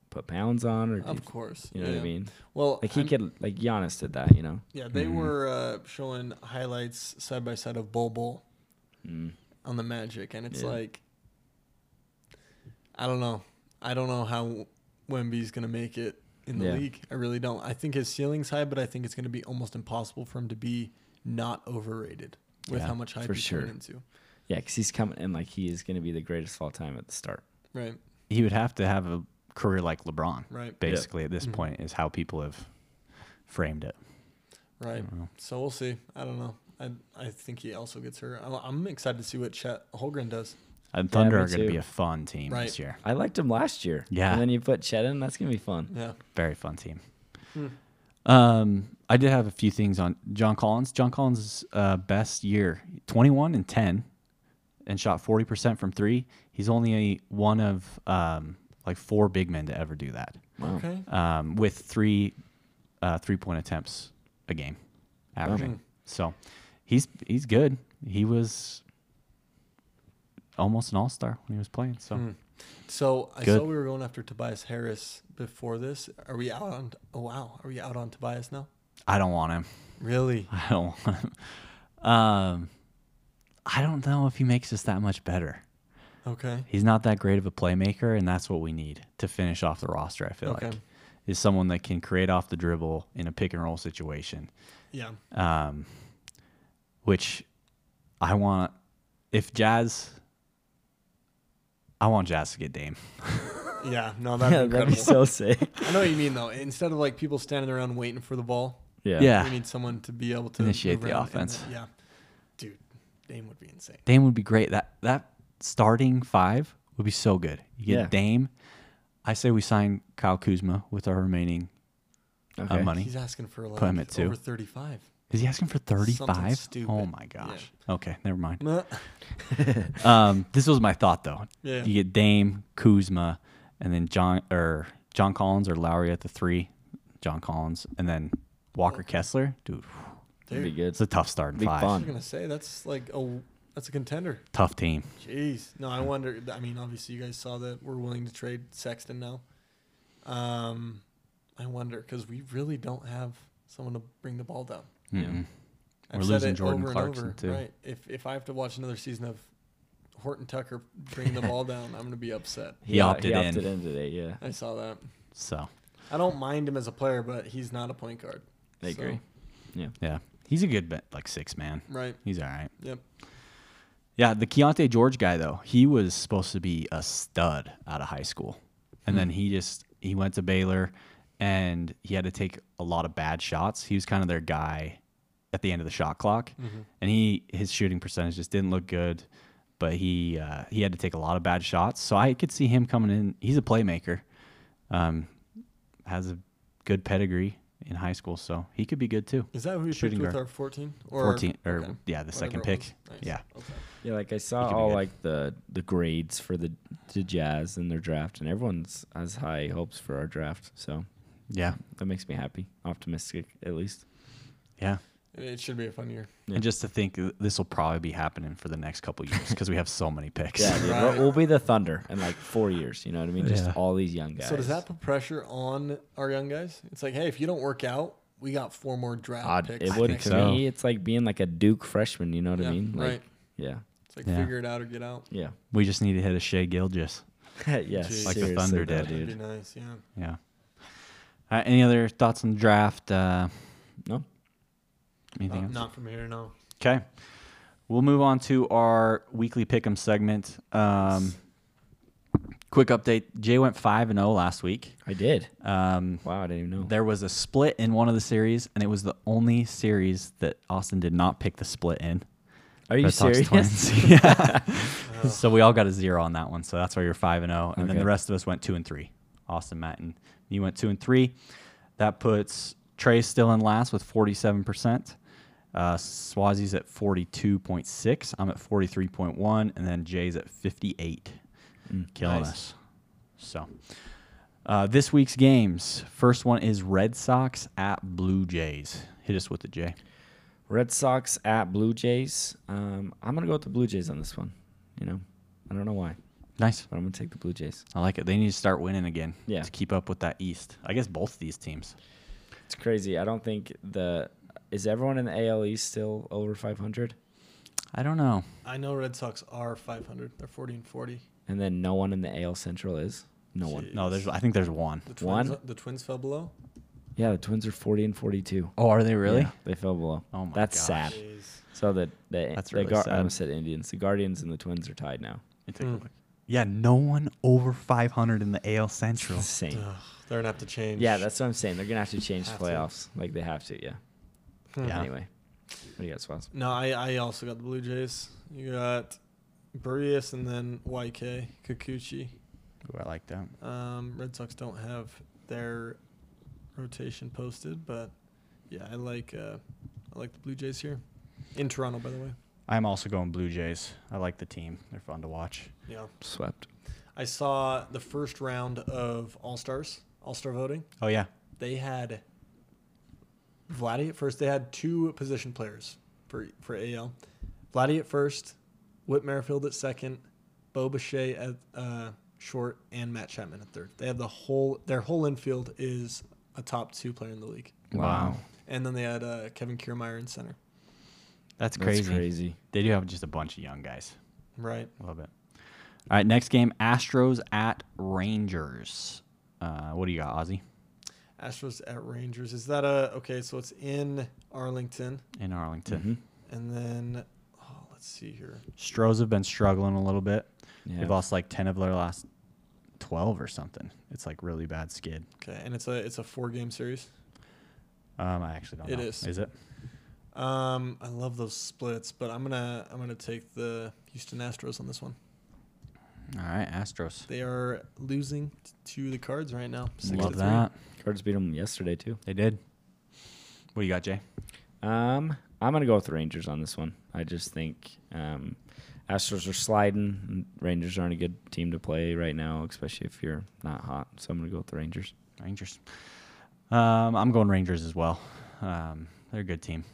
[SPEAKER 2] put pounds on, or do you,
[SPEAKER 3] Of course.
[SPEAKER 2] you know what
[SPEAKER 3] yeah.
[SPEAKER 2] I mean?
[SPEAKER 3] Well,
[SPEAKER 2] Like he Hmm.
[SPEAKER 3] I'm-
[SPEAKER 2] could, like Giannis did that, you know.
[SPEAKER 3] Yeah, they were uh, showing highlights side by side of Bull Bull
[SPEAKER 2] Mm.
[SPEAKER 3] on the Magic, and it's
[SPEAKER 2] Yeah.
[SPEAKER 3] like, I don't know, I don't know how Wemby's gonna make it in the
[SPEAKER 2] Yeah.
[SPEAKER 3] league. I really don't. I think his ceiling's high, but I think it's gonna be almost impossible for him to be not overrated with
[SPEAKER 1] Yeah,
[SPEAKER 3] how much hype
[SPEAKER 2] for
[SPEAKER 3] he's
[SPEAKER 2] sure.
[SPEAKER 3] coming into.
[SPEAKER 2] Yeah, because he's coming and like he is going to be the greatest of all time at the start.
[SPEAKER 3] Right,
[SPEAKER 1] He would have to have a career like LeBron,
[SPEAKER 3] right,
[SPEAKER 1] basically. At this
[SPEAKER 3] Mhm.
[SPEAKER 1] point, is how people have framed it.
[SPEAKER 3] right.
[SPEAKER 1] don't know.
[SPEAKER 3] So we'll see. I don't know. I I think he also gets hurt. I- I'm excited to see what Chet Holgren does.
[SPEAKER 1] And Thunder
[SPEAKER 2] me
[SPEAKER 1] are going to
[SPEAKER 2] too.
[SPEAKER 1] be a fun team
[SPEAKER 3] Right.
[SPEAKER 1] this year.
[SPEAKER 2] I liked him last year.
[SPEAKER 1] Yeah.
[SPEAKER 2] and then you put Chet in. That's going to be fun.
[SPEAKER 3] Yeah.
[SPEAKER 1] Very fun team.
[SPEAKER 3] Hmm.
[SPEAKER 1] Um, I did have a few things on John Collins. John Collins' uh, best year, 21 and 10, and shot 40% from three. He's only a, one of um, like four big men to ever do that
[SPEAKER 2] Wow.
[SPEAKER 3] Okay.
[SPEAKER 1] um, with three uh, three point attempts a game, averaging.
[SPEAKER 3] Mhm.
[SPEAKER 1] So he's he's good. He was almost an all star when he was playing. So
[SPEAKER 3] Mm. So I
[SPEAKER 1] Good.
[SPEAKER 3] saw we were going after Tobias Harris before this. Are we out on? Oh wow, are we out on Tobias now?
[SPEAKER 1] I don't want him.
[SPEAKER 3] Really?
[SPEAKER 1] I don't want him. Um, I don't know if he makes us that much better.
[SPEAKER 3] Okay.
[SPEAKER 1] He's not that great of a playmaker, and that's what we need to finish off the roster. I feel
[SPEAKER 3] Okay.
[SPEAKER 1] like is someone that can create off the dribble in a pick and roll situation,
[SPEAKER 3] Yeah.
[SPEAKER 1] um, which I want. If Jazz, I want Jazz to get Dame.
[SPEAKER 3] Yeah. No, that'd be
[SPEAKER 2] Yeah, that'd
[SPEAKER 3] incredible.
[SPEAKER 2] be so sick.
[SPEAKER 3] I know what you mean though. Instead of like people standing around waiting for the ball,
[SPEAKER 2] Yeah.
[SPEAKER 1] Yeah,
[SPEAKER 3] we need someone to be able to
[SPEAKER 1] Initiate
[SPEAKER 3] move
[SPEAKER 1] the
[SPEAKER 3] around and
[SPEAKER 1] offense.
[SPEAKER 3] then- yeah. Dude, Dame would be insane.
[SPEAKER 1] Dame would be great. That that starting five would be so good. You get
[SPEAKER 2] Yeah.
[SPEAKER 1] Dame. I say we sign Kyle Kuzma with our remaining
[SPEAKER 2] Okay.
[SPEAKER 1] uh, money.
[SPEAKER 3] He's asking for like
[SPEAKER 1] Put him at two.
[SPEAKER 3] over thirty-five.
[SPEAKER 1] Is he asking for
[SPEAKER 3] Something
[SPEAKER 1] 35?
[SPEAKER 3] stupid.
[SPEAKER 1] Oh my gosh. Okay, never mind.
[SPEAKER 3] Meh.
[SPEAKER 1] Um, this was my thought though.
[SPEAKER 3] Yeah.
[SPEAKER 1] You get Dame, Kuzma, and then John or John Collins or Lowry at the three. John Collins and then Walker Kessler. Dude,
[SPEAKER 2] That'd be
[SPEAKER 3] Dude,
[SPEAKER 2] good.
[SPEAKER 1] it's a tough start in
[SPEAKER 2] Be
[SPEAKER 1] five.
[SPEAKER 3] I
[SPEAKER 2] fun.
[SPEAKER 3] was gonna say that's like a that's a contender.
[SPEAKER 1] Tough team.
[SPEAKER 3] Jeez. No, I wonder. I mean, obviously, you guys saw that we're willing to trade Sexton now. Um, I wonder because we really don't have someone to bring the ball down.
[SPEAKER 2] Yeah.
[SPEAKER 1] Mm-mm.
[SPEAKER 3] I've
[SPEAKER 1] We're
[SPEAKER 3] said
[SPEAKER 1] losing
[SPEAKER 3] it
[SPEAKER 1] Jordan
[SPEAKER 3] over and
[SPEAKER 1] Clarkson,
[SPEAKER 3] over,
[SPEAKER 1] too.
[SPEAKER 3] Right. If if I have to watch another season of Horton Tucker bring the ball down, I'm gonna be upset.
[SPEAKER 1] He
[SPEAKER 2] Yeah,
[SPEAKER 1] opted
[SPEAKER 2] he
[SPEAKER 1] in.
[SPEAKER 2] opted in today. Yeah,
[SPEAKER 3] I saw that.
[SPEAKER 1] So
[SPEAKER 3] I don't mind him as a player, but he's not a point guard.
[SPEAKER 2] I
[SPEAKER 3] So,
[SPEAKER 2] agree.
[SPEAKER 1] yeah. He's a good bet like six man.
[SPEAKER 3] Right.
[SPEAKER 1] He's all right.
[SPEAKER 3] Yep.
[SPEAKER 1] Yeah, the Keontae George guy though, he was supposed to be a stud out of high school, and
[SPEAKER 3] Hmm.
[SPEAKER 1] then he just he went to Baylor, and he had to take a lot of bad shots. He was kind of their guy at the end of the shot clock,
[SPEAKER 3] Mm-hmm.
[SPEAKER 1] and he his shooting percentage just didn't look good. But he uh, he had to take a lot of bad shots, so I could see him coming in. He's a playmaker, um, has a good pedigree in high school, so he could be good too.
[SPEAKER 3] Is that who we
[SPEAKER 1] Shooting
[SPEAKER 3] picked with
[SPEAKER 1] guard.
[SPEAKER 3] our 14? Or,
[SPEAKER 1] Fourteen or
[SPEAKER 3] okay.
[SPEAKER 1] yeah, the second
[SPEAKER 3] Whatever it
[SPEAKER 1] pick.
[SPEAKER 3] was. Nice.
[SPEAKER 1] Yeah,
[SPEAKER 3] Okay.
[SPEAKER 2] Yeah, like I saw
[SPEAKER 1] could be
[SPEAKER 2] all
[SPEAKER 1] good.
[SPEAKER 2] like the the grades for the the Jazz in their draft, and everyone's has high hopes for our draft. So
[SPEAKER 1] yeah,
[SPEAKER 2] that makes me happy, optimistic at least.
[SPEAKER 1] yeah.
[SPEAKER 3] It should be a fun year.
[SPEAKER 2] Yeah.
[SPEAKER 1] And just to think th- this will probably be happening for the next couple years because we have so many picks.
[SPEAKER 2] Yeah, dude,
[SPEAKER 3] Right.
[SPEAKER 2] we'll, we'll be the Thunder in like four years. You know what I mean? Just
[SPEAKER 1] Yeah.
[SPEAKER 2] all these young guys.
[SPEAKER 3] So does that put pressure on our young guys? It's like, hey, if you don't work out, we got four more draft
[SPEAKER 2] Odd.
[SPEAKER 3] picks.
[SPEAKER 2] It
[SPEAKER 3] the
[SPEAKER 2] would
[SPEAKER 3] next
[SPEAKER 2] to
[SPEAKER 1] so.
[SPEAKER 2] me. It's like being like a Duke freshman. You know what
[SPEAKER 3] year.
[SPEAKER 2] I mean? Like,
[SPEAKER 3] right.
[SPEAKER 2] Yeah.
[SPEAKER 3] It's like
[SPEAKER 1] Yeah.
[SPEAKER 3] figure it out or get out.
[SPEAKER 2] Yeah.
[SPEAKER 1] We just need to hit a Shea Gilgis.
[SPEAKER 2] yeah.
[SPEAKER 3] Jeez.
[SPEAKER 1] Like the
[SPEAKER 2] seriously
[SPEAKER 1] Thunder
[SPEAKER 2] though,
[SPEAKER 1] did.
[SPEAKER 3] That'd
[SPEAKER 2] dude.
[SPEAKER 3] be nice. Yeah.
[SPEAKER 1] Yeah. Uh, any other thoughts on the draft? Uh,
[SPEAKER 2] No.
[SPEAKER 1] anything
[SPEAKER 3] Not,
[SPEAKER 1] else?
[SPEAKER 3] not from here, Uh, no.
[SPEAKER 1] Okay. We'll move on to our weekly pick'em segment. Um, quick update: Jay went five and zero last week.
[SPEAKER 2] I did.
[SPEAKER 1] Um,
[SPEAKER 2] Wow, I didn't even know.
[SPEAKER 1] there was a split in one of the series, and it was the only series that Austin did not pick the split in.
[SPEAKER 2] Are you
[SPEAKER 1] Red Sox
[SPEAKER 2] serious? Oh.
[SPEAKER 1] Twins. yeah. so we all got a zero on that one. So that's why you're five and zero, and then the
[SPEAKER 2] Okay.
[SPEAKER 1] rest of us went two and three. Austin, Matt, and you went two and three. That puts Trey still in last with forty seven percent. Uh, Swazi's at forty two point six. I'm at forty three point one, and then Jay's at fifty eight,
[SPEAKER 2] Mm,
[SPEAKER 1] killing
[SPEAKER 3] Nice.
[SPEAKER 1] us. So. Uh, this week's games. First one is Red Sox at Blue Jays. Hit us with the J.
[SPEAKER 2] Red Sox at Blue Jays. Um, I'm gonna go with the Blue Jays on this one. You know, I don't know why,
[SPEAKER 1] Nice.
[SPEAKER 2] but I'm gonna take the Blue Jays.
[SPEAKER 1] I like it. They need to start winning again.
[SPEAKER 2] Yeah.
[SPEAKER 1] To keep up with that East. I guess both these teams.
[SPEAKER 2] It's crazy. I don't think the is everyone in the AL East still over 500,
[SPEAKER 1] I don't know.
[SPEAKER 3] I know Red Sox are 500. They're 40 and 40.
[SPEAKER 2] and then no one in the AL Central is. No one.
[SPEAKER 3] Jeez.
[SPEAKER 1] No, there's. I think there's one.
[SPEAKER 3] The twins,
[SPEAKER 2] One?
[SPEAKER 3] The twins fell below.
[SPEAKER 2] Yeah, the Twins are 40 and 42.
[SPEAKER 1] Oh, are they really?
[SPEAKER 2] Yeah, they fell below.
[SPEAKER 1] Oh my
[SPEAKER 2] That's
[SPEAKER 1] gosh.
[SPEAKER 2] sad.
[SPEAKER 3] Jeez.
[SPEAKER 2] So the the,
[SPEAKER 1] That's
[SPEAKER 2] the
[SPEAKER 1] really
[SPEAKER 2] Guar-
[SPEAKER 1] sad.
[SPEAKER 2] I almost said Indians. The Guardians and the Twins are tied now.
[SPEAKER 3] Hmm.
[SPEAKER 1] Yeah. No one over 500 in the AL Central.
[SPEAKER 2] Insane.
[SPEAKER 3] Ugh, they're gonna have to change.
[SPEAKER 2] Yeah, that's what I'm saying. They're gonna have to change
[SPEAKER 3] Have to.
[SPEAKER 2] playoffs. Like they have to. Yeah.
[SPEAKER 3] Hmm.
[SPEAKER 1] Yeah.
[SPEAKER 2] Anyway, what do you got, Swaz?
[SPEAKER 3] No, I, I also got the Blue Jays. You got Burrius and then YK Kikuchi.
[SPEAKER 1] Ooh, I like that.
[SPEAKER 3] Um, Red Sox don't have their rotation posted, but yeah, I like uh, I like the Blue Jays here in Toronto, by the way.
[SPEAKER 1] I'm also going Blue Jays. I like the team. They're fun to watch.
[SPEAKER 3] Yeah,
[SPEAKER 2] Swept.
[SPEAKER 3] I saw the first round of All Stars, All Star voting.
[SPEAKER 1] Oh yeah.
[SPEAKER 3] They had Vladdy at first. They had two position players for for AL. Vladdy at first, Whit Merrifield at second, Bo Bichet at uh, short, and Matt Chapman at third. They have the whole their whole infield is a top two player in the league.
[SPEAKER 1] Wow.
[SPEAKER 3] And then they had uh, Kevin Kiermaier in center.
[SPEAKER 1] That's
[SPEAKER 2] That's
[SPEAKER 1] crazy.
[SPEAKER 2] crazy.
[SPEAKER 1] They do have just a bunch of young guys.
[SPEAKER 3] Right.
[SPEAKER 1] Love it. All right. Next game: Astros at Rangers. Uh, what do you got, Ozzy?
[SPEAKER 3] Astros at Rangers. Is that a okay? So it's in Arlington,
[SPEAKER 1] In Arlington.
[SPEAKER 2] Mhm.
[SPEAKER 3] and then oh, let's see here.
[SPEAKER 1] Stros have been struggling a little bit.
[SPEAKER 2] Yeah.
[SPEAKER 1] They've lost like 10 of their last 12 or something. It's like really bad skid.
[SPEAKER 3] Okay, and it's a it's a four game series.
[SPEAKER 1] Um, I actually don't
[SPEAKER 3] It
[SPEAKER 1] know.
[SPEAKER 3] is.
[SPEAKER 1] Is it?
[SPEAKER 3] Um, I love those splits, but I'm gonna I'm gonna take the Houston Astros on this one.
[SPEAKER 1] All right, Astros.
[SPEAKER 3] They are losing t- to the Cards right now. Six
[SPEAKER 1] Love
[SPEAKER 3] to
[SPEAKER 1] that.
[SPEAKER 2] Cards beat them yesterday too.
[SPEAKER 1] They did. What do you got, Jay?
[SPEAKER 2] Um, I'm gonna go with the Rangers on this one. I just think um, Astros are sliding. And Rangers aren't a good team to play right now, especially if you're not hot. So I'm gonna go with the Rangers.
[SPEAKER 1] Rangers. Um, I'm going Rangers as well. Um, they're a good team.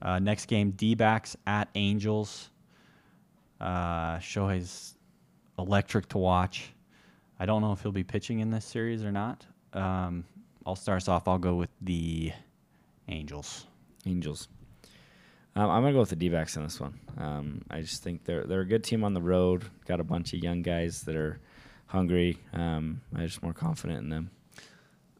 [SPEAKER 1] Uh, next game, D-backs at Angels. Uh, Shohei's electric to watch. I don't know if he'll be pitching in this series or not. Um, I'll start us off. I'll go with the Angels.
[SPEAKER 2] Angels. Um, I'm gonna go with the D-backs on this one. Um, I just think they're they're a good team on the road. Got a bunch of young guys that are hungry. Um, I'm just more confident in them.
[SPEAKER 3] three.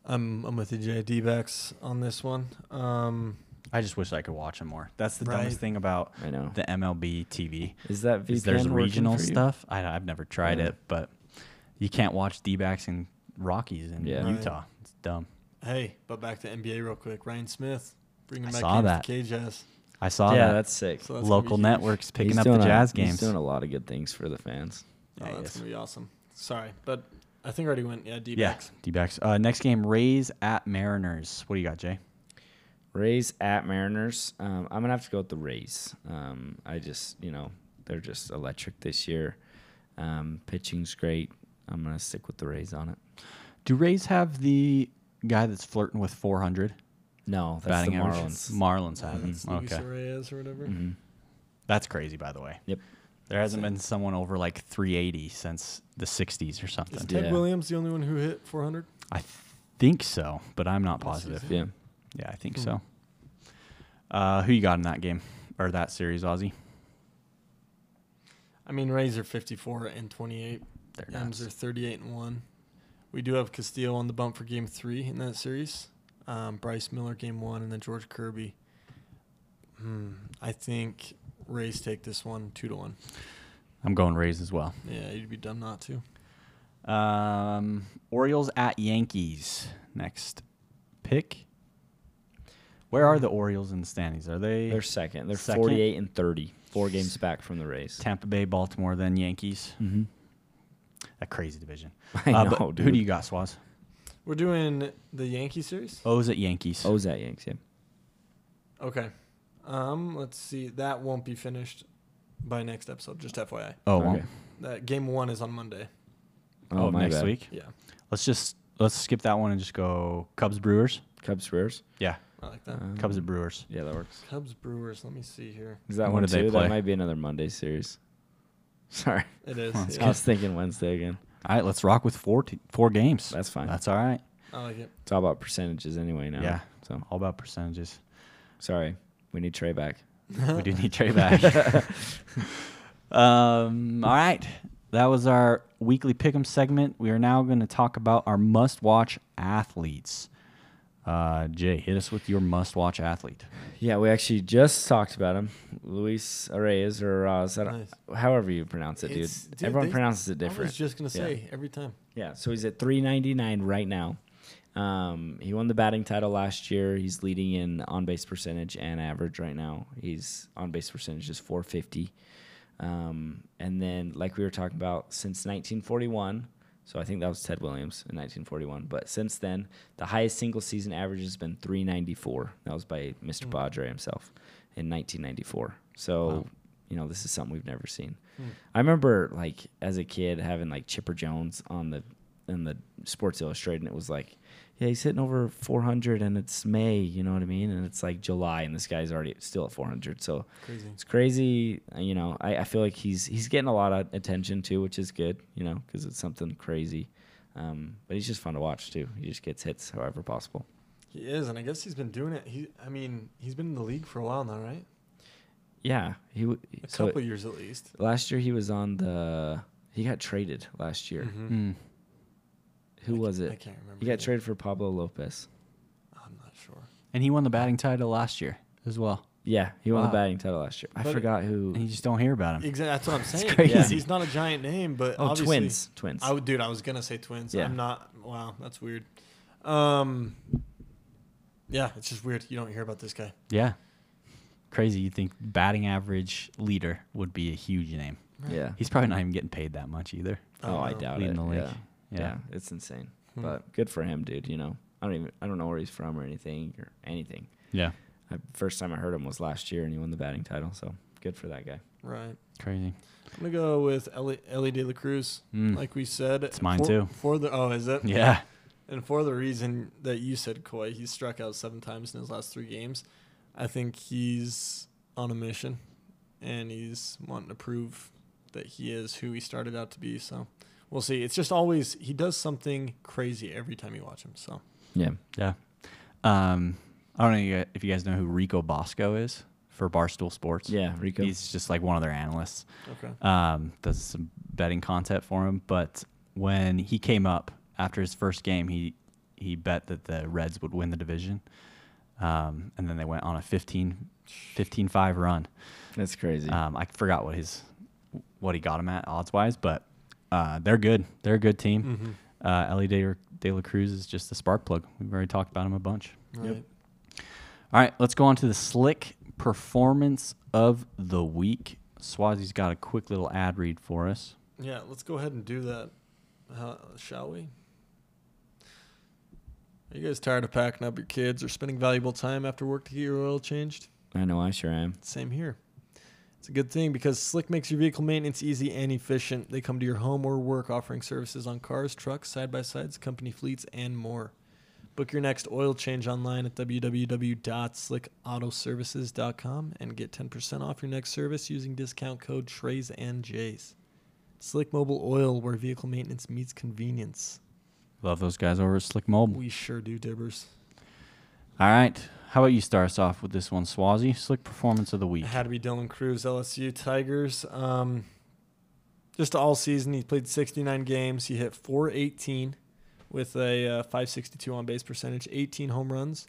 [SPEAKER 3] I'm I'm with the JD backs on this one. Um,
[SPEAKER 1] I just wish I could watch them more. That's the
[SPEAKER 3] Right.
[SPEAKER 1] dumbest thing about
[SPEAKER 2] I know.
[SPEAKER 1] the MLB TV.
[SPEAKER 2] Is that VPN
[SPEAKER 1] Is there's
[SPEAKER 2] working
[SPEAKER 1] regional
[SPEAKER 2] for you?
[SPEAKER 1] stuff. I, I've never tried
[SPEAKER 2] Yeah.
[SPEAKER 1] it, but you can't watch D-backs and Rockies in
[SPEAKER 2] Yeah.
[SPEAKER 3] Right.
[SPEAKER 1] Utah. It's dumb.
[SPEAKER 3] hey, but back to NBA real quick. Ryan Smith bringing
[SPEAKER 1] I
[SPEAKER 3] back
[SPEAKER 1] saw
[SPEAKER 3] games to
[SPEAKER 1] that.
[SPEAKER 3] Cage Ass.
[SPEAKER 1] I saw
[SPEAKER 2] yeah,
[SPEAKER 1] that.
[SPEAKER 2] that's sick.
[SPEAKER 3] So that's gonna be
[SPEAKER 1] Local
[SPEAKER 3] huge.
[SPEAKER 1] networks picking
[SPEAKER 2] He's
[SPEAKER 1] up the
[SPEAKER 2] doing a-
[SPEAKER 1] Jazz
[SPEAKER 2] He's
[SPEAKER 1] games.
[SPEAKER 2] doing a lot of good things for the fans.
[SPEAKER 3] Oh,
[SPEAKER 1] Yeah,
[SPEAKER 3] that's
[SPEAKER 1] yes.
[SPEAKER 3] gonna be awesome. Sorry, but I think I already went. Yeah, D
[SPEAKER 1] Yeah,
[SPEAKER 3] backs.
[SPEAKER 1] D-backs. Uh, next game, Rays at Mariners. What do you got, Jay?
[SPEAKER 2] Rays at Mariners. Um, I'm gonna have to go with the Rays. Um, I just, you know, they're just electric this year. Um, pitching's great. I'm gonna stick with the Rays on it.
[SPEAKER 1] Do Rays have the guy that's flirting with 400?
[SPEAKER 2] No, that's the
[SPEAKER 1] batting
[SPEAKER 2] Marlins.
[SPEAKER 1] averages? Marlins haven't.
[SPEAKER 2] Mhm.
[SPEAKER 3] Luis
[SPEAKER 1] Okay, Mm-hmm.
[SPEAKER 3] Reyes or whatever.
[SPEAKER 2] Mhm.
[SPEAKER 1] that's crazy. By the way,
[SPEAKER 2] Yep.
[SPEAKER 1] there hasn't been someone over like 380 since the 60s or
[SPEAKER 3] Is
[SPEAKER 1] something.
[SPEAKER 3] Ted
[SPEAKER 2] Yeah.
[SPEAKER 3] Williams the only one who hit 400?
[SPEAKER 1] I think so, but I'm not positive.
[SPEAKER 2] Yeah.
[SPEAKER 1] Yeah, I think
[SPEAKER 3] Hmm.
[SPEAKER 1] so. Uh, who you got in that game or that series, Ozzy?
[SPEAKER 3] I mean, Rays are 54 and 28.
[SPEAKER 1] They're
[SPEAKER 3] M's
[SPEAKER 1] nuts.
[SPEAKER 3] are 38 and 1. We do have Castillo on the bump for game three in that series. Um, Bryce Miller game one, and then George Kirby. Hmm, I think Rays take this one two to one.
[SPEAKER 1] I'm going Rays as well.
[SPEAKER 3] Yeah, you'd be dumb not to.
[SPEAKER 1] Um, Orioles at Yankees. Next pick. Where are the Orioles in the standings? Are they
[SPEAKER 2] Hmm. They're second. They're
[SPEAKER 1] Second.
[SPEAKER 2] 48 and 30, four games back from the Rays.
[SPEAKER 1] Tampa Bay, Baltimore, then Yankees?
[SPEAKER 2] Mm-hmm.
[SPEAKER 1] A crazy division.
[SPEAKER 2] I
[SPEAKER 1] Uh,
[SPEAKER 2] know,
[SPEAKER 1] but
[SPEAKER 2] dude.
[SPEAKER 1] Who do you got, Swaz?
[SPEAKER 3] We're doing the Yankee series.
[SPEAKER 1] O's at Yankees.
[SPEAKER 2] O's at Yanks, yeah. Oh.
[SPEAKER 3] Okay. Um, let's see. That won't be finished by next episode. Just FYI,
[SPEAKER 1] Oh, well.
[SPEAKER 2] Okay.
[SPEAKER 3] that game one is on Monday.
[SPEAKER 1] oh,
[SPEAKER 2] my
[SPEAKER 1] next
[SPEAKER 2] bad.
[SPEAKER 1] week.
[SPEAKER 3] Yeah,
[SPEAKER 1] Let's just let's skip that one and just go Cubs Brewers.
[SPEAKER 2] Cubs Brewers.
[SPEAKER 1] Yeah,
[SPEAKER 3] I like that.
[SPEAKER 2] Um,
[SPEAKER 1] Cubs at Brewers.
[SPEAKER 2] Yeah, that works.
[SPEAKER 3] Cubs Brewers. Let me see here.
[SPEAKER 2] Is that
[SPEAKER 1] When
[SPEAKER 2] one
[SPEAKER 1] do they
[SPEAKER 2] too?
[SPEAKER 1] play?
[SPEAKER 2] That might be another Monday series. Sorry.
[SPEAKER 3] It is.
[SPEAKER 1] Huh, it's
[SPEAKER 2] I
[SPEAKER 3] yeah.
[SPEAKER 2] was thinking Wednesday again.
[SPEAKER 1] All right, let's rock with four t- four games.
[SPEAKER 2] That's fine.
[SPEAKER 1] That's all right.
[SPEAKER 3] I like it.
[SPEAKER 2] It's all about percentages anyway now.
[SPEAKER 1] Yeah.
[SPEAKER 2] So
[SPEAKER 1] All about percentages.
[SPEAKER 2] sorry. We need Trey back.
[SPEAKER 1] we do need Trey back. um, all right. That was our weekly pick'em segment. We are now going to talk about our must-watch athletes. Uh, Jay, hit us with your must-watch athlete.
[SPEAKER 2] Yeah, we actually just talked about him. Luis Arraez or uh, Raz, I don't- however you pronounce it,
[SPEAKER 3] It's-
[SPEAKER 2] dude.
[SPEAKER 3] dude,
[SPEAKER 2] Everyone
[SPEAKER 3] they-
[SPEAKER 2] pronounces it
[SPEAKER 3] I was
[SPEAKER 2] different.
[SPEAKER 3] just gonna
[SPEAKER 2] Yeah.
[SPEAKER 3] say every time.
[SPEAKER 2] Yeah, so he's at 399 right now. Um, he won the batting title last year. He's leading in on base percentage and average right now. He's on base percentage is 450. Um, and then, like we were talking about, since 1941, so I think that was Ted Williams in 1941. But since then, the highest single season average has been 394. That was by Mr. Padre himself in 1994. So, you know, this is something we've never seen. I remember like as a kid having like Chipper Jones on the in the Sports Illustrated, and it was like, yeah, he's hitting over 400, and it's May, you know what I mean? And it's like July, and this guy's already still at 400. So
[SPEAKER 3] Crazy.
[SPEAKER 2] it's crazy. uh, You know, I, I feel like he's he's getting a lot of attention too, which is good. You know, because it's something crazy. Um, but he's just fun to watch too. He just gets hits however possible.
[SPEAKER 3] He is, and I guess he's been doing it. He, I mean, he's been in the league for a while now, right?
[SPEAKER 2] Yeah, he w-
[SPEAKER 3] A
[SPEAKER 2] so
[SPEAKER 3] couple years at least.
[SPEAKER 2] last year he was on the he got traded last year.
[SPEAKER 3] Mhm.
[SPEAKER 1] Mm.
[SPEAKER 2] Who
[SPEAKER 3] I c-
[SPEAKER 2] was it?
[SPEAKER 3] I can't remember.
[SPEAKER 2] He got
[SPEAKER 3] either.
[SPEAKER 2] traded for Pablo Lopez.
[SPEAKER 3] I'm not sure.
[SPEAKER 1] And he won the batting title last year as well.
[SPEAKER 2] Yeah, he won
[SPEAKER 1] Wow.
[SPEAKER 2] the batting title last year. I
[SPEAKER 3] But-
[SPEAKER 2] forgot who.
[SPEAKER 1] And you just don't hear about him.
[SPEAKER 3] Exactly. That's what I'm saying. Yeah,
[SPEAKER 2] crazy.
[SPEAKER 3] he's not a giant name, but
[SPEAKER 2] Oh,
[SPEAKER 3] obviously-
[SPEAKER 2] twins, twins.
[SPEAKER 3] I would, dude. I was gonna say twins.
[SPEAKER 2] Yeah.
[SPEAKER 3] I'm not. Wow, that's weird. Um, yeah, it's just weird. You don't hear about this guy.
[SPEAKER 1] Yeah. Crazy. You think batting average leader would be a huge name.
[SPEAKER 2] yeah.
[SPEAKER 1] He's probably not even getting paid that much either.
[SPEAKER 2] Oh, I
[SPEAKER 3] no.
[SPEAKER 2] doubt it.
[SPEAKER 1] Leading the league.
[SPEAKER 2] Yeah.
[SPEAKER 1] Yeah.
[SPEAKER 2] yeah, it's insane.
[SPEAKER 3] Hmm.
[SPEAKER 2] But good for him, dude. You know, I don't even I don't know where he's from or anything or anything.
[SPEAKER 1] Yeah.
[SPEAKER 2] I, first time I heard him was last year, and he won the batting title. So good for that guy.
[SPEAKER 3] Right.
[SPEAKER 1] Crazy.
[SPEAKER 3] I'm gonna go with Ellie, Ellie De La Cruz.
[SPEAKER 2] Hmm.
[SPEAKER 1] Mm.
[SPEAKER 3] Like we said, it's
[SPEAKER 1] mine
[SPEAKER 3] for,
[SPEAKER 1] too.
[SPEAKER 3] For the oh, is it?
[SPEAKER 1] Yeah.
[SPEAKER 3] And for the reason that you said, Coy, he struck out seven times in his last three games. I think he's on a mission, and he's wanting to prove that he is who he started out to be. So we'll see. It's just always he does something crazy every time you watch him. So
[SPEAKER 2] Yeah.
[SPEAKER 1] Yeah. Um, I don't know you gu- if you guys know who Rico Bosco is for Barstool Sports.
[SPEAKER 2] Yeah, Rico.
[SPEAKER 1] He's just like one of their analysts.
[SPEAKER 3] okay,
[SPEAKER 1] Um, does some betting content for him. But when he came up after his first game, he he bet that the Reds would win the division. Um, and then they went on a 15, 15-5 run.
[SPEAKER 2] That's crazy.
[SPEAKER 1] Um, I forgot what his what he got him at odds wise, but uh, they're good. They're a good team. Uh, Ellie De, De La Cruz is just a spark plug. We've already talked about him a bunch.
[SPEAKER 3] right.
[SPEAKER 1] All right, let's go on to the slick performance of the week. Swazi's got a quick little ad read for us.
[SPEAKER 3] Yeah, let's go ahead and do that. How, shall we? Are you guys tired of packing up your kids or spending valuable time after work to get your oil changed?
[SPEAKER 2] I know. I sure am.
[SPEAKER 3] Same here. It's a good thing because Slick makes your vehicle maintenance easy and efficient. They come to your home or work offering services on cars, trucks, side by sides, company fleets, and more. Book your next oil change online at www.slickautoservices.com and get 10% off your next service using discount code TRAYS and JAYS. Slick Mobile Oil, where vehicle maintenance meets convenience.
[SPEAKER 1] Love those guys over at Slick Mobile.
[SPEAKER 3] We sure do, Dibbers.
[SPEAKER 1] All right. How about you start us off with this one, Swazi? Slick performance of the week.
[SPEAKER 3] It had to be Dylan Cruz, LSU Tigers. Um, just all season, he played 69 games. He hit 418 with a uh, 562 on base percentage, 18 home runs.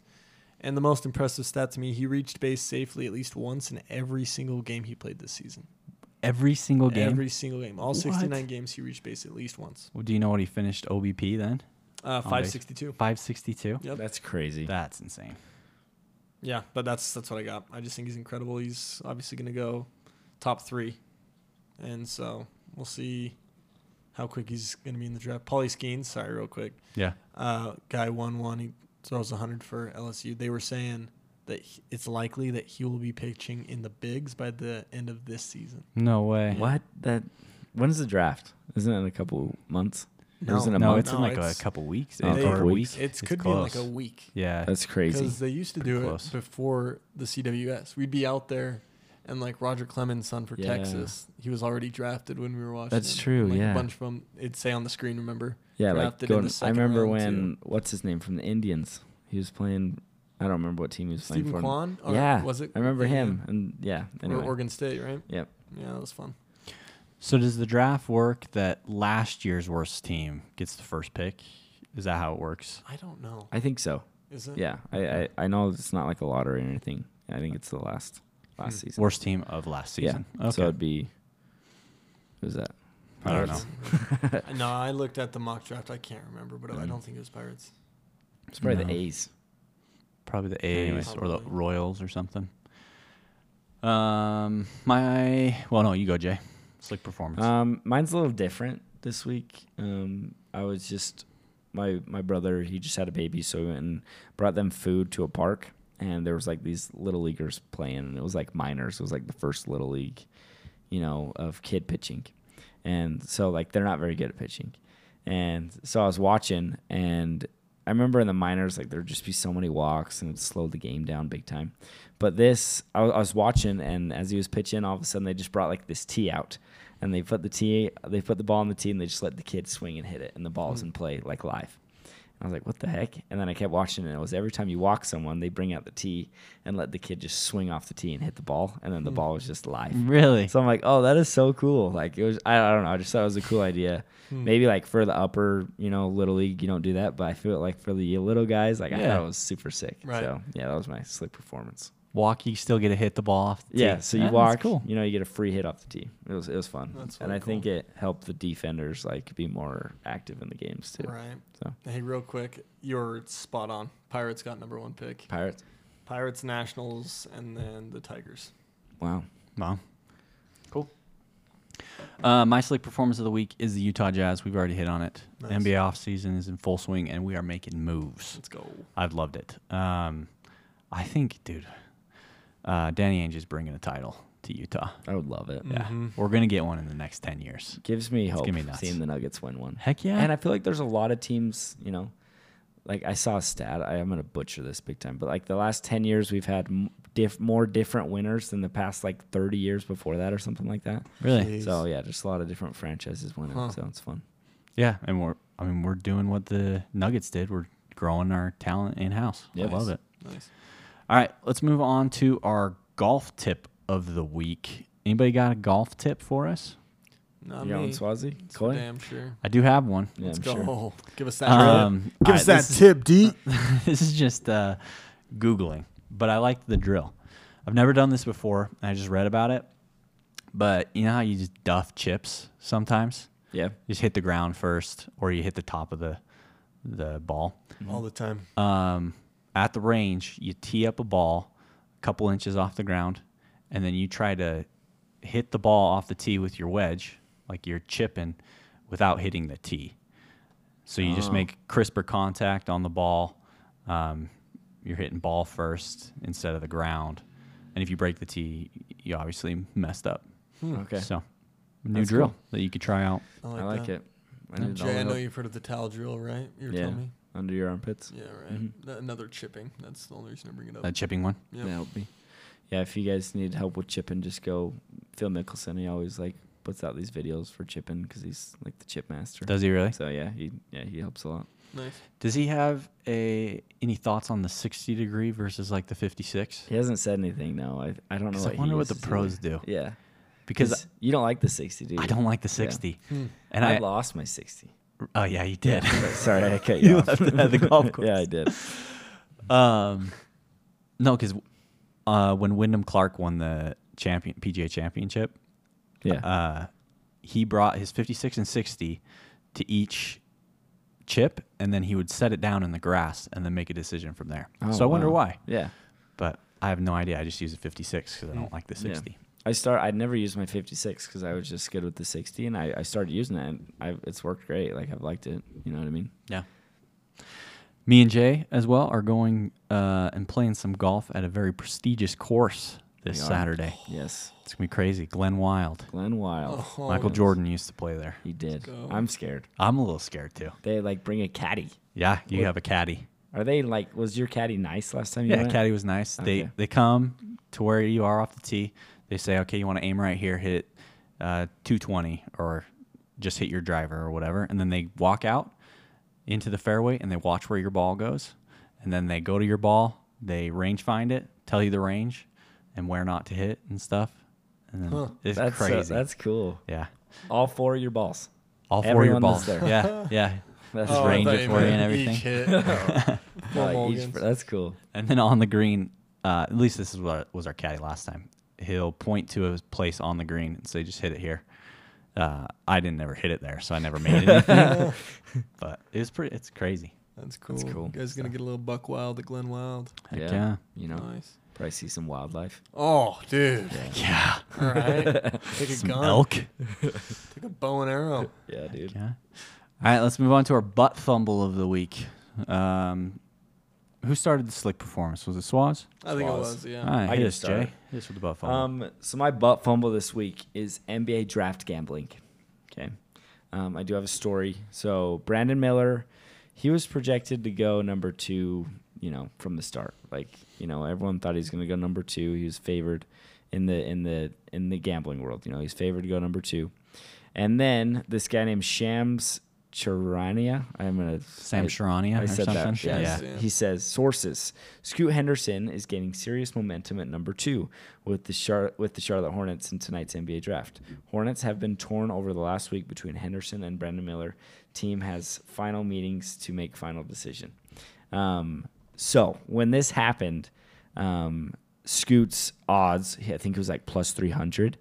[SPEAKER 3] And the most impressive stat to me, he reached base safely at least once in every single game he played this season.
[SPEAKER 1] Every single game.
[SPEAKER 3] Every single game. All
[SPEAKER 1] What?
[SPEAKER 3] 69 games, he reached base at least once.
[SPEAKER 1] Well, do you know what he finished OBP then?
[SPEAKER 3] Uh,
[SPEAKER 1] base.
[SPEAKER 3] 562.
[SPEAKER 1] 562.
[SPEAKER 3] Yep.
[SPEAKER 2] That's crazy.
[SPEAKER 1] That's insane.
[SPEAKER 3] Yeah, but that's that's what I got. I just think he's incredible. He's obviously going to go top three, and so we'll see how quick he's going to be in the draft. Paulie Skeens, sorry, real quick.
[SPEAKER 1] Yeah.
[SPEAKER 3] Uh, guy won one. He throws 100 for LSU. They were saying that he- it's likely that he will be pitching in the bigs by the end of this season.
[SPEAKER 1] No way.
[SPEAKER 2] What? That? When's the draft? Isn't it in a couple months? Or is it in
[SPEAKER 3] No,
[SPEAKER 2] a
[SPEAKER 1] No,
[SPEAKER 2] month?
[SPEAKER 1] it's in
[SPEAKER 3] No,
[SPEAKER 1] like
[SPEAKER 3] it's-
[SPEAKER 1] a couple weeks.
[SPEAKER 2] Oh,
[SPEAKER 1] eh,
[SPEAKER 2] couple
[SPEAKER 1] or a
[SPEAKER 2] weeks.
[SPEAKER 1] week.
[SPEAKER 3] It
[SPEAKER 1] It's
[SPEAKER 3] could be in
[SPEAKER 1] close.
[SPEAKER 3] like a week
[SPEAKER 1] Yeah.
[SPEAKER 2] That's crazy.
[SPEAKER 3] because they used to
[SPEAKER 1] Pretty
[SPEAKER 3] do
[SPEAKER 1] close.
[SPEAKER 3] it before the CWS. We'd be out there. And like Roger Clemens' son for
[SPEAKER 2] Yeah.
[SPEAKER 3] Texas, he was already drafted when we were watching.
[SPEAKER 2] That's
[SPEAKER 3] him.
[SPEAKER 2] true,
[SPEAKER 3] Like
[SPEAKER 2] yeah.
[SPEAKER 3] a bunch of them, it'd say on the screen. Remember?
[SPEAKER 2] Yeah, like
[SPEAKER 3] drafted in the
[SPEAKER 2] going, I
[SPEAKER 3] second
[SPEAKER 2] remember
[SPEAKER 3] round,
[SPEAKER 2] when what's his name from the Indians? He was playing. I don't remember what team he was
[SPEAKER 3] Stephen
[SPEAKER 2] playing for.
[SPEAKER 3] Kwan. Or
[SPEAKER 2] yeah,
[SPEAKER 3] was it?
[SPEAKER 2] I remember
[SPEAKER 3] Indiana?
[SPEAKER 2] him, and yeah, anyway.
[SPEAKER 3] Or Oregon State, right?
[SPEAKER 2] Yep.
[SPEAKER 3] Yeah, that was fun.
[SPEAKER 1] So does the draft work that last year's worst team gets the first pick? Is that how it works?
[SPEAKER 3] I don't know.
[SPEAKER 2] I think so.
[SPEAKER 3] Is it?
[SPEAKER 2] Yeah, I, I, I know it's not like a lottery or anything. I think it's the last last
[SPEAKER 3] Hmm.
[SPEAKER 2] season.
[SPEAKER 1] Worst team of last season.
[SPEAKER 2] Yeah, so it'd be. Who's that?
[SPEAKER 1] I don't know.
[SPEAKER 3] Pirates. no, I looked at the mock draft. I can't remember, but I don't think it was Pirates.
[SPEAKER 2] It's probably
[SPEAKER 1] No.
[SPEAKER 2] the A's.
[SPEAKER 1] Probably the
[SPEAKER 2] Anyway.
[SPEAKER 1] A's or the
[SPEAKER 3] Probably.
[SPEAKER 1] Royals or something. Um, my well, no, you go, Jay. Slick performance.
[SPEAKER 2] Um, mine's a little different this week. Um, I was just my my brother. He just had a baby, so we went and brought them food to a park, and there was like these little leaguers playing, and it was like minors. It was like the first little league, you know, of kid pitching, and so like they're not very good at pitching, and so I was watching, and I remember in the minors like there'd just be so many walks, and it slowed the game down big time. But this, I, I was watching, and as he was pitching, all of a sudden they just brought like this tee out, and they put the tee, they put the ball on the tee, and they just let the kid swing and hit it, and the ball was in play like live. And I was like, what the heck? And then I kept watching, and it was every time you walk someone, they bring out the tee and let the kid just swing off the tee and hit the ball, and then the ball was just live.
[SPEAKER 1] really?
[SPEAKER 2] So I'm like, oh, that is so cool. Like it was, I, I don't know. I just thought it was a cool idea.
[SPEAKER 3] Hmm.
[SPEAKER 2] Maybe like for the upper, you know, little league, you don't do that. But I feel like for the little guys, like I
[SPEAKER 1] Yeah.
[SPEAKER 2] thought it was super sick.
[SPEAKER 3] Right.
[SPEAKER 2] So yeah, that was my slick performance.
[SPEAKER 1] Walk, you still get to hit the ball off. The
[SPEAKER 2] Yeah.
[SPEAKER 1] tee.
[SPEAKER 2] So you
[SPEAKER 1] Ah, that's
[SPEAKER 2] walk,
[SPEAKER 1] Cool.
[SPEAKER 2] you know, you get a free hit off the tee. It was it was fun,
[SPEAKER 3] That's
[SPEAKER 2] and I
[SPEAKER 3] really
[SPEAKER 2] think
[SPEAKER 3] cool.
[SPEAKER 2] it helped the defenders like be more active in the games too.
[SPEAKER 3] Hmm. Right.
[SPEAKER 2] So
[SPEAKER 3] Hey, real quick, you're spot on. Pirates got number one pick.
[SPEAKER 2] Pirates.
[SPEAKER 3] Pirates, Nationals, and then the Tigers.
[SPEAKER 2] Wow.
[SPEAKER 1] Wow. Cool. Uh, my slick performance of the week is the Utah Jazz. We've already hit on it.
[SPEAKER 3] Nice.
[SPEAKER 1] NBA offseason is in full swing, and we are making moves.
[SPEAKER 3] Let's go.
[SPEAKER 1] I've loved it. Um, I think, dude, uh, Danny Ainge is bringing a title to Utah.
[SPEAKER 2] I would love it.
[SPEAKER 1] Yeah,
[SPEAKER 3] Mhm.
[SPEAKER 1] we're gonna get one in the next ten years.
[SPEAKER 2] Gives me hope
[SPEAKER 1] gonna be nuts.
[SPEAKER 2] seeing the Nuggets win one.
[SPEAKER 1] Heck yeah!
[SPEAKER 2] And I feel like there's a lot of teams, you know, like I saw a stat. I, I'm going to butcher this big time, but like the last 10 years, we've had m- diff- more different winners than the past like 30 years before that or something like that.
[SPEAKER 1] really,
[SPEAKER 3] Jeez.
[SPEAKER 2] So, yeah, just a lot of different franchises winning.
[SPEAKER 3] Huh.
[SPEAKER 2] So it's fun.
[SPEAKER 1] yeah. And we're, I mean, we're doing what the Nuggets did. We're growing our talent in house.
[SPEAKER 2] Yes.
[SPEAKER 1] I love it.
[SPEAKER 3] Nice.
[SPEAKER 1] All right, let's move on to our golf tip of the week. Anybody got a golf tip for us?
[SPEAKER 3] Not
[SPEAKER 2] you got
[SPEAKER 3] me.
[SPEAKER 2] one, Swazi?
[SPEAKER 3] That's for
[SPEAKER 2] Coy?
[SPEAKER 3] damn sure.
[SPEAKER 1] I do have one.
[SPEAKER 2] Yeah,
[SPEAKER 3] Let's
[SPEAKER 2] I'm
[SPEAKER 3] go.
[SPEAKER 2] sure.
[SPEAKER 3] Give us that.
[SPEAKER 1] Um,
[SPEAKER 3] tip. Give
[SPEAKER 1] I-
[SPEAKER 3] us that
[SPEAKER 1] this is-
[SPEAKER 3] tip, D.
[SPEAKER 1] this is just uh, googling, but I like the drill. I've never done this before. and I just read about it, but you know how you just duff chips sometimes.
[SPEAKER 2] Yeah.
[SPEAKER 1] You just hit the ground first, or you hit the top of the the ball.
[SPEAKER 3] All the time.
[SPEAKER 1] Um, at the range, you tee up a ball a couple inches off the ground, and then you try to hit the ball off the tee with your wedge, like you're chipping, without hitting the tee. So you just
[SPEAKER 2] Oh.
[SPEAKER 1] make crisper contact on the ball. Um, you're hitting ball first instead of the ground, and if you break the tee, you obviously messed up.
[SPEAKER 3] Hmm.
[SPEAKER 2] Okay.
[SPEAKER 1] So, new
[SPEAKER 2] That's
[SPEAKER 1] drill
[SPEAKER 2] cool.
[SPEAKER 1] that you could try out.
[SPEAKER 2] I like
[SPEAKER 3] that.
[SPEAKER 2] it. I need it all
[SPEAKER 3] Jay, I know
[SPEAKER 2] up.
[SPEAKER 3] you've heard of the towel drill, right? You were
[SPEAKER 2] Yeah.
[SPEAKER 3] telling me.
[SPEAKER 2] under your armpits.
[SPEAKER 3] Yeah, right.
[SPEAKER 2] Mhm.
[SPEAKER 3] Th- Another chipping. That's the only reason I bring
[SPEAKER 2] Oh.
[SPEAKER 3] it up.
[SPEAKER 1] That chipping one.
[SPEAKER 3] Yep.
[SPEAKER 2] That helped me. Yeah, if you guys need help with chipping, just go Phil Mickelson. He always like puts out these videos for chipping because he's like the chip master.
[SPEAKER 1] Does he really?
[SPEAKER 2] So yeah, he yeah he helps a lot.
[SPEAKER 3] Nice.
[SPEAKER 1] Does he have a any thoughts on the 60 degree versus like the 56?
[SPEAKER 2] He hasn't said anything now. I I don't know.
[SPEAKER 1] 'Cause
[SPEAKER 2] What
[SPEAKER 1] I
[SPEAKER 2] he
[SPEAKER 1] wonder what the
[SPEAKER 2] uses
[SPEAKER 1] pros
[SPEAKER 2] either.
[SPEAKER 1] do
[SPEAKER 2] Yeah,
[SPEAKER 1] because
[SPEAKER 2] you don't like the sixty, dude.
[SPEAKER 1] I don't like the 60. And
[SPEAKER 2] I,
[SPEAKER 1] I,
[SPEAKER 2] lost my sixty.
[SPEAKER 1] oh yeah, you did.
[SPEAKER 2] Sorry, I cut
[SPEAKER 1] You
[SPEAKER 2] you, off.
[SPEAKER 1] left it at the golf course.
[SPEAKER 2] yeah, I did.
[SPEAKER 1] Um, no, because uh, when Wyndham Clark won the champion PGA Championship,
[SPEAKER 2] Yeah.
[SPEAKER 1] uh, he brought his 56 and 60 to each chip, and then he would set it down in the grass and then make a decision from there.
[SPEAKER 2] Oh,
[SPEAKER 1] so I wonder
[SPEAKER 2] wow.
[SPEAKER 1] why,
[SPEAKER 2] Yeah.
[SPEAKER 1] but I have no idea. I just use a 56 because I don't like the
[SPEAKER 2] Mm. Yeah.
[SPEAKER 1] 60.
[SPEAKER 2] I start. I never used my 56 because I was just good with the 60, and I, I started using it, and I, it's worked great. Like I've liked it. You know what I mean?
[SPEAKER 1] Yeah. Me and Jay as well are going uh, and playing some golf at a very prestigious course this
[SPEAKER 2] We are.
[SPEAKER 1] Saturday.
[SPEAKER 2] Yes.
[SPEAKER 1] It's gonna be crazy. Glenn Wild,
[SPEAKER 2] Glenn Wild.
[SPEAKER 3] Oh,
[SPEAKER 1] Michael
[SPEAKER 3] yes.
[SPEAKER 1] Jordan used to play there.
[SPEAKER 2] He did.
[SPEAKER 3] go.
[SPEAKER 2] I'm scared.
[SPEAKER 1] I'm a little scared too.
[SPEAKER 2] They like bring a caddy.
[SPEAKER 1] Yeah, you
[SPEAKER 2] What-
[SPEAKER 1] have a caddy.
[SPEAKER 2] Are they like? Was your caddy nice last time you
[SPEAKER 1] Yeah,
[SPEAKER 2] went?
[SPEAKER 1] caddy was nice. They
[SPEAKER 2] Okay.
[SPEAKER 1] they come to where you are off the tee. They say, okay, you want to aim right here, hit uh, 220, or just hit your driver or whatever. And then they walk out into the fairway and they watch where your ball goes. And then they go to your ball. They range find it, tell you the range, and where not to hit and stuff. And then
[SPEAKER 3] Huh.
[SPEAKER 1] it's
[SPEAKER 2] That's uh,
[SPEAKER 1] crazy.
[SPEAKER 2] that's cool.
[SPEAKER 1] yeah,
[SPEAKER 2] All four of your balls.
[SPEAKER 1] all four of your
[SPEAKER 2] Everyone was
[SPEAKER 1] balls.
[SPEAKER 2] there.
[SPEAKER 1] Yeah, yeah.
[SPEAKER 2] That's
[SPEAKER 1] Just
[SPEAKER 3] Oh, I
[SPEAKER 1] range
[SPEAKER 3] thought
[SPEAKER 1] it
[SPEAKER 3] you
[SPEAKER 1] for you
[SPEAKER 3] meant
[SPEAKER 1] and
[SPEAKER 3] each
[SPEAKER 1] everything.
[SPEAKER 3] hit. Oh. Full
[SPEAKER 2] Like, each-
[SPEAKER 3] mulligans.
[SPEAKER 2] that's cool.
[SPEAKER 1] And then on the green, uh, at least this is what was our caddy last time. He'll point to a place on the green and say, "Just hit it here." Uh, I didn't ever hit it there, so I never made anything. but it was pretty. It's crazy.
[SPEAKER 3] That's cool.
[SPEAKER 2] cool.
[SPEAKER 3] You guys gonna get a little buck wild at Glen Wild.
[SPEAKER 1] Heck yeah.
[SPEAKER 2] You know,
[SPEAKER 3] Nice.
[SPEAKER 2] probably see some wildlife.
[SPEAKER 3] Oh, dude.
[SPEAKER 1] Yeah.
[SPEAKER 3] All right. Take a
[SPEAKER 1] Some
[SPEAKER 3] gun.
[SPEAKER 1] elk.
[SPEAKER 3] Take a bow and arrow.
[SPEAKER 2] Yeah, dude.
[SPEAKER 1] Yeah. All right, let's move on to our butt fumble of the week. Um, who started the slick performance? Was it Swaz?
[SPEAKER 3] I think it
[SPEAKER 2] Swaz.
[SPEAKER 3] was. Yeah.
[SPEAKER 1] All right,
[SPEAKER 2] I
[SPEAKER 1] hit
[SPEAKER 2] can
[SPEAKER 1] us,
[SPEAKER 2] start.
[SPEAKER 1] Jay. Hit us with the butt fumble.
[SPEAKER 2] Um, so my butt fumble this week is NBA draft gambling. Okay, um, I do have a story. So Brandon Miller, he was projected to go number two. You know, from the start, like you know, everyone thought he was going to go number two. He was favored in the in the in the gambling world. You know, he's favored to go number two, and then this guy named Shams Charania. I'm gonna
[SPEAKER 1] Sam
[SPEAKER 2] I-
[SPEAKER 1] Sharania
[SPEAKER 2] I
[SPEAKER 1] or
[SPEAKER 2] said
[SPEAKER 1] something.
[SPEAKER 2] that. Yes.
[SPEAKER 3] Yeah.
[SPEAKER 2] He says sources. Scoot Henderson is gaining serious momentum at number two with the Char- with the Charlotte Hornets in tonight's NBA draft. Hornets have been torn over the last week between Henderson and Brandon Miller. Team has final meetings to make final decision. Um, so when this happened, um, Scoot's odds I think it was like plus three hundred.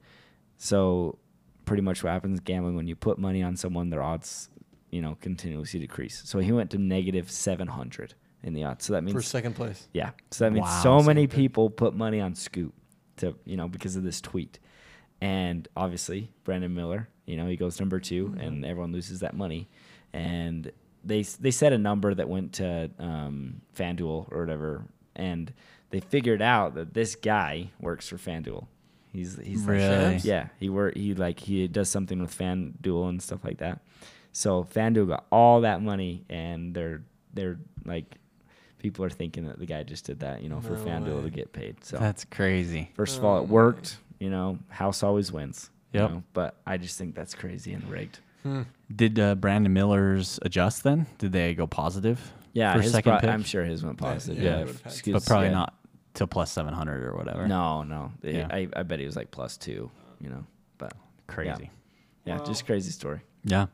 [SPEAKER 2] So pretty much what happens in gambling when you put money on someone, their odds, you know, continuously decrease. So he went to negative seven hundred in the odds. So that means
[SPEAKER 3] For second place.
[SPEAKER 2] yeah. So that means
[SPEAKER 1] Wow,
[SPEAKER 2] so
[SPEAKER 1] so
[SPEAKER 2] many people put money on Scoot to you know because of this tweet, and obviously Brandon Miller, you know, he goes number 2 and everyone loses that money, and they s- they set a number that went to um, FanDuel or whatever, and they figured out that this guy works for FanDuel. He's he's like,
[SPEAKER 1] Really?
[SPEAKER 2] yeah, he were he like he does something with FanDuel and stuff like that. So FanDuel got all that money, and they're they're like, people are thinking that the guy just did that, you know, for
[SPEAKER 3] No
[SPEAKER 2] FanDuel
[SPEAKER 3] way.
[SPEAKER 2] to get paid. So
[SPEAKER 1] That's crazy.
[SPEAKER 2] first of all, it worked. You know, house always wins. you
[SPEAKER 1] Yep.
[SPEAKER 2] know, but I just think that's crazy and rigged.
[SPEAKER 3] Hmm.
[SPEAKER 1] Did uh, Brandon Miller's adjust then? Did they go positive?
[SPEAKER 2] Yeah,
[SPEAKER 1] for
[SPEAKER 2] his
[SPEAKER 1] second
[SPEAKER 2] pro-
[SPEAKER 1] pick,
[SPEAKER 2] I'm sure his went
[SPEAKER 3] Yeah,
[SPEAKER 2] positive.
[SPEAKER 3] yeah,
[SPEAKER 2] Yeah,
[SPEAKER 3] it would've had to.
[SPEAKER 2] Excuse-
[SPEAKER 1] but probably
[SPEAKER 2] yeah.
[SPEAKER 1] not till plus seven hundred or whatever.
[SPEAKER 2] No, no, It-
[SPEAKER 1] Yeah.
[SPEAKER 2] I I bet he was like plus two. You know, but
[SPEAKER 1] crazy.
[SPEAKER 2] yeah, just crazy story.
[SPEAKER 1] Yeah.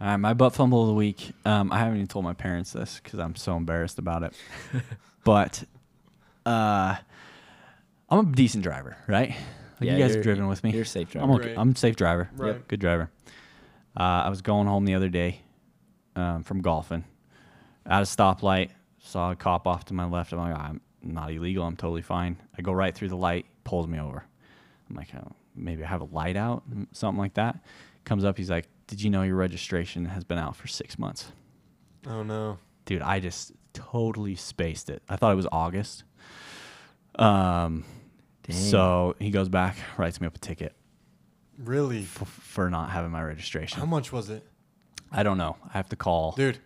[SPEAKER 1] All right, my butt fumble of the week. Um, I haven't even told my parents this because I'm so embarrassed about it. but uh, I'm a decent driver, right? Like you
[SPEAKER 2] Yeah,
[SPEAKER 1] guys
[SPEAKER 2] you're-
[SPEAKER 1] have driven with me.
[SPEAKER 2] you're a safe
[SPEAKER 1] I'm
[SPEAKER 2] driver.
[SPEAKER 1] okay.
[SPEAKER 3] Right.
[SPEAKER 1] I'm a safe driver.
[SPEAKER 3] Right. Yep.
[SPEAKER 1] Good driver. Uh, I was going home the other day um, from golfing. At a stoplight, saw a cop off to my left. I'm like, I'm not illegal. I'm totally fine. I go right through the light, pulls me over. I'm like, oh, maybe I have a light out, m- something like that. Comes up, he's like, Did you know your registration has been out for six months?
[SPEAKER 3] Oh no.
[SPEAKER 1] Dude, I just totally spaced it. I thought it was August. Um,
[SPEAKER 2] Dang.
[SPEAKER 1] so he goes back, writes me up a ticket
[SPEAKER 3] Really?
[SPEAKER 1] f- for not having my
[SPEAKER 3] How
[SPEAKER 1] registration.
[SPEAKER 3] much was it,
[SPEAKER 1] I don't know. I have to call.
[SPEAKER 3] dude?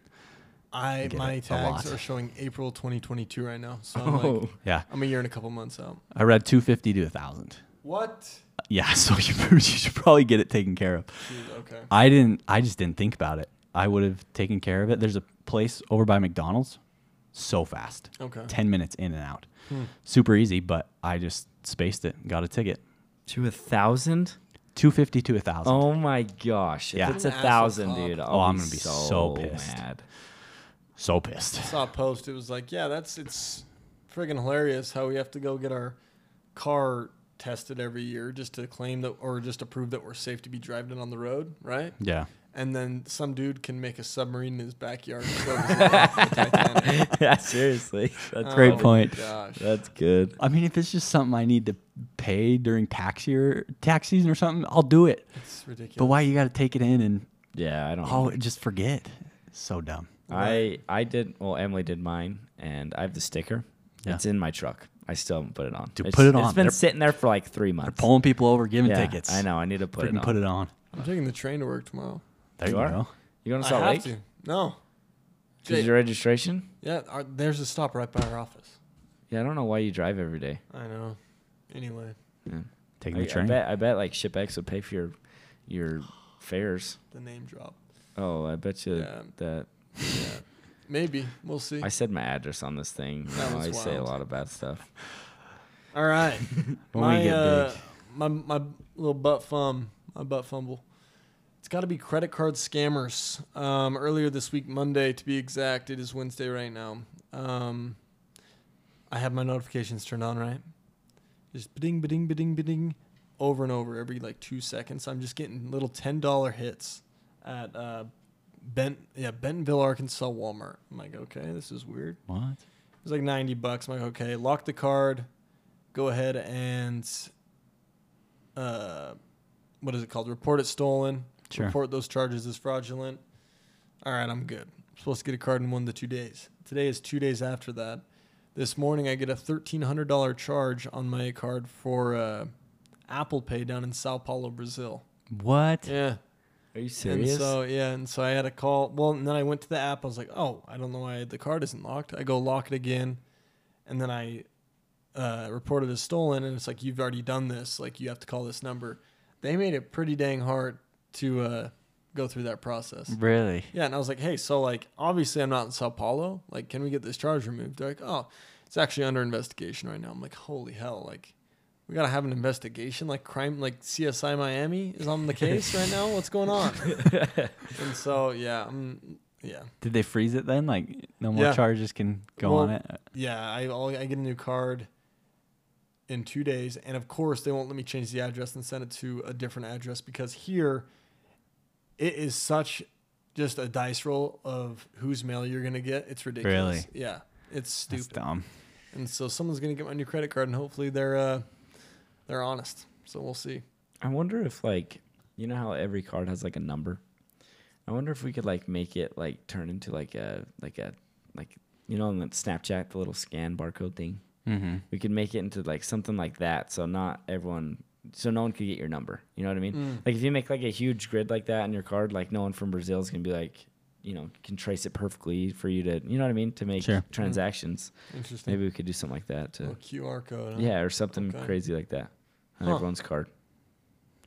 [SPEAKER 3] I
[SPEAKER 1] get
[SPEAKER 3] my
[SPEAKER 1] it a
[SPEAKER 3] tags
[SPEAKER 1] lot. Oh.
[SPEAKER 3] are showing April 2022 right now, so I'm, like,
[SPEAKER 1] Yeah,
[SPEAKER 3] I'm a year and a couple months out.
[SPEAKER 1] I read 250 to 1,000.
[SPEAKER 3] What?
[SPEAKER 1] Yeah, so you, you should probably get it taken care of.
[SPEAKER 3] Dude, okay.
[SPEAKER 1] I didn't. I just didn't think about it. I would have taken care of it. There's a place over by McDonald's, so fast,
[SPEAKER 3] Okay.
[SPEAKER 1] ten minutes in and out,
[SPEAKER 3] Hmm.
[SPEAKER 1] super easy. But I just spaced it, got a ticket,
[SPEAKER 2] to a thousand.
[SPEAKER 1] two fifty to a thousand.
[SPEAKER 2] Oh my gosh!
[SPEAKER 1] Yeah.
[SPEAKER 2] If it's a
[SPEAKER 3] An asshole
[SPEAKER 2] thousand,
[SPEAKER 3] cop.
[SPEAKER 2] dude, I'll
[SPEAKER 1] Oh, I'm
[SPEAKER 2] be
[SPEAKER 1] gonna be
[SPEAKER 2] so,
[SPEAKER 1] so pissed.
[SPEAKER 2] mad.
[SPEAKER 1] So pissed.
[SPEAKER 3] saw a post. It was like, yeah, that's it's friggin' hilarious how we have to go get our car tested every year just to claim that or just to prove that we're safe to be driving on the road, right?
[SPEAKER 1] Yeah,
[SPEAKER 3] And then some dude can make a submarine in his backyard. and float his way off the Titanic.
[SPEAKER 2] yeah, seriously, that's
[SPEAKER 3] Oh
[SPEAKER 1] Great
[SPEAKER 3] my
[SPEAKER 1] point.
[SPEAKER 3] Gosh.
[SPEAKER 2] That's good.
[SPEAKER 1] I mean, if it's just something I need to pay during tax year, tax season or something, I'll do it.
[SPEAKER 3] It's
[SPEAKER 1] But
[SPEAKER 3] ridiculous.
[SPEAKER 1] why you got to take it in and
[SPEAKER 2] Yeah, I don't.
[SPEAKER 1] oh, just forget? So dumb.
[SPEAKER 2] I I did. Well, Emily did mine, and I have the sticker.
[SPEAKER 1] Yeah.
[SPEAKER 2] It's in my truck. I still haven't put it on.
[SPEAKER 1] Dude,
[SPEAKER 2] It's-
[SPEAKER 1] put it on.
[SPEAKER 2] It's been
[SPEAKER 1] They're-
[SPEAKER 2] sitting there for like three months.
[SPEAKER 1] Pulling people over, giving
[SPEAKER 2] Yeah,
[SPEAKER 1] tickets.
[SPEAKER 2] I know. I need to put
[SPEAKER 1] Freaking
[SPEAKER 2] it on.
[SPEAKER 1] put it on.
[SPEAKER 3] I'm taking the train to work tomorrow.
[SPEAKER 1] There you,
[SPEAKER 2] You are?
[SPEAKER 1] go.
[SPEAKER 2] You going to
[SPEAKER 3] I
[SPEAKER 2] Salt
[SPEAKER 3] have
[SPEAKER 2] Lake?
[SPEAKER 3] to. No.
[SPEAKER 2] Is
[SPEAKER 3] Jake,
[SPEAKER 2] your registration?
[SPEAKER 3] yeah, our, there's a stop right by our office.
[SPEAKER 2] Yeah, I don't know why you drive every day.
[SPEAKER 3] I know. Anyway,
[SPEAKER 1] Taking
[SPEAKER 2] I,
[SPEAKER 1] the train.
[SPEAKER 2] I bet. I bet like ShipX would pay for your your fares.
[SPEAKER 3] the name drop.
[SPEAKER 2] Oh, I bet you
[SPEAKER 3] Yeah.
[SPEAKER 2] that.
[SPEAKER 3] Yeah. Maybe. We'll see.
[SPEAKER 2] I said my address on this thing.
[SPEAKER 3] That
[SPEAKER 2] No, I
[SPEAKER 3] was
[SPEAKER 2] say a
[SPEAKER 3] wild.
[SPEAKER 2] lot of bad stuff.
[SPEAKER 3] All right.
[SPEAKER 1] When we
[SPEAKER 3] my,
[SPEAKER 1] get
[SPEAKER 3] uh,
[SPEAKER 1] big.
[SPEAKER 3] my my little butt fum, my butt fumble. It's got to be credit card scammers. Um, earlier this week, Monday to be exact. It is Wednesday right now. Um, I have my notifications turned on, right? Just ba-ding, ba-ding, ba-ding, ba-ding, over and over every like two seconds. I'm just getting little ten dollar hits at uh, Bent, yeah, Bentonville, Arkansas Walmart. I'm like, okay, this is weird.
[SPEAKER 1] what?
[SPEAKER 3] It was like 90 bucks. I'm like, okay, lock the card. Go ahead and uh what is it called? Report it stolen.
[SPEAKER 1] Sure.
[SPEAKER 3] Report those charges as fraudulent. All right, I'm good. I'm supposed to get a card in one to two days. Today is two days after that. This morning I get a $1,300 charge on my card for uh, Apple Pay down in Sao Paulo, Brazil.
[SPEAKER 1] What?
[SPEAKER 3] Yeah.
[SPEAKER 2] Are you
[SPEAKER 3] And so yeah, and so I had a call. Well, and then I went to the app. I was like, oh, I don't know why the card isn't locked. I go lock it again, and then I uh, reported as stolen. And it's like you've already done this. Like you have to call this number. They made it pretty dang hard to uh, go through that process.
[SPEAKER 1] Really?
[SPEAKER 3] Yeah, and I was like, hey, so like obviously I'm not in Sao Paulo. Like, can we get this charge removed? They're like, oh, it's actually under investigation right now. I'm like, holy hell, like we gotta have an investigation. Like crime, like CSI Miami is on the case right now. What's going on? and so yeah, um, yeah,
[SPEAKER 1] Did they freeze it then? Like no more
[SPEAKER 3] Yeah.
[SPEAKER 1] charges can go on
[SPEAKER 3] Well-
[SPEAKER 1] it.
[SPEAKER 3] yeah. I all I get a new card in two days, and of course they won't let me change the address and send it to a different address because here it is such just a dice roll of whose mail you're gonna get. It's ridiculous.
[SPEAKER 1] Really?
[SPEAKER 3] Yeah, it's
[SPEAKER 1] That's
[SPEAKER 3] stupid.
[SPEAKER 1] dumb.
[SPEAKER 3] And so someone's gonna get my new credit card, and hopefully they're uh, they're honest. So we'll see.
[SPEAKER 2] I wonder if like you know how every card has like a number. I wonder if we could like make it like turn into like a like a like you know on that Snapchat the little scan barcode thing.
[SPEAKER 1] Mm-hmm.
[SPEAKER 2] We could make it into like something like that, so not everyone, so no one could get your number. You know what I mean?
[SPEAKER 3] Mm.
[SPEAKER 2] Like if you make like a huge grid like that in your card, like no one from Brazil is gonna be like, you know, can trace it perfectly for you to, you know what I mean, to make
[SPEAKER 1] Sure.
[SPEAKER 2] transactions.
[SPEAKER 3] Interesting.
[SPEAKER 2] Maybe we could do something like that to,
[SPEAKER 3] Little QR code. huh?
[SPEAKER 2] yeah, or something
[SPEAKER 3] Okay.
[SPEAKER 2] crazy like that on
[SPEAKER 3] Huh. Hmm.
[SPEAKER 2] everyone's card.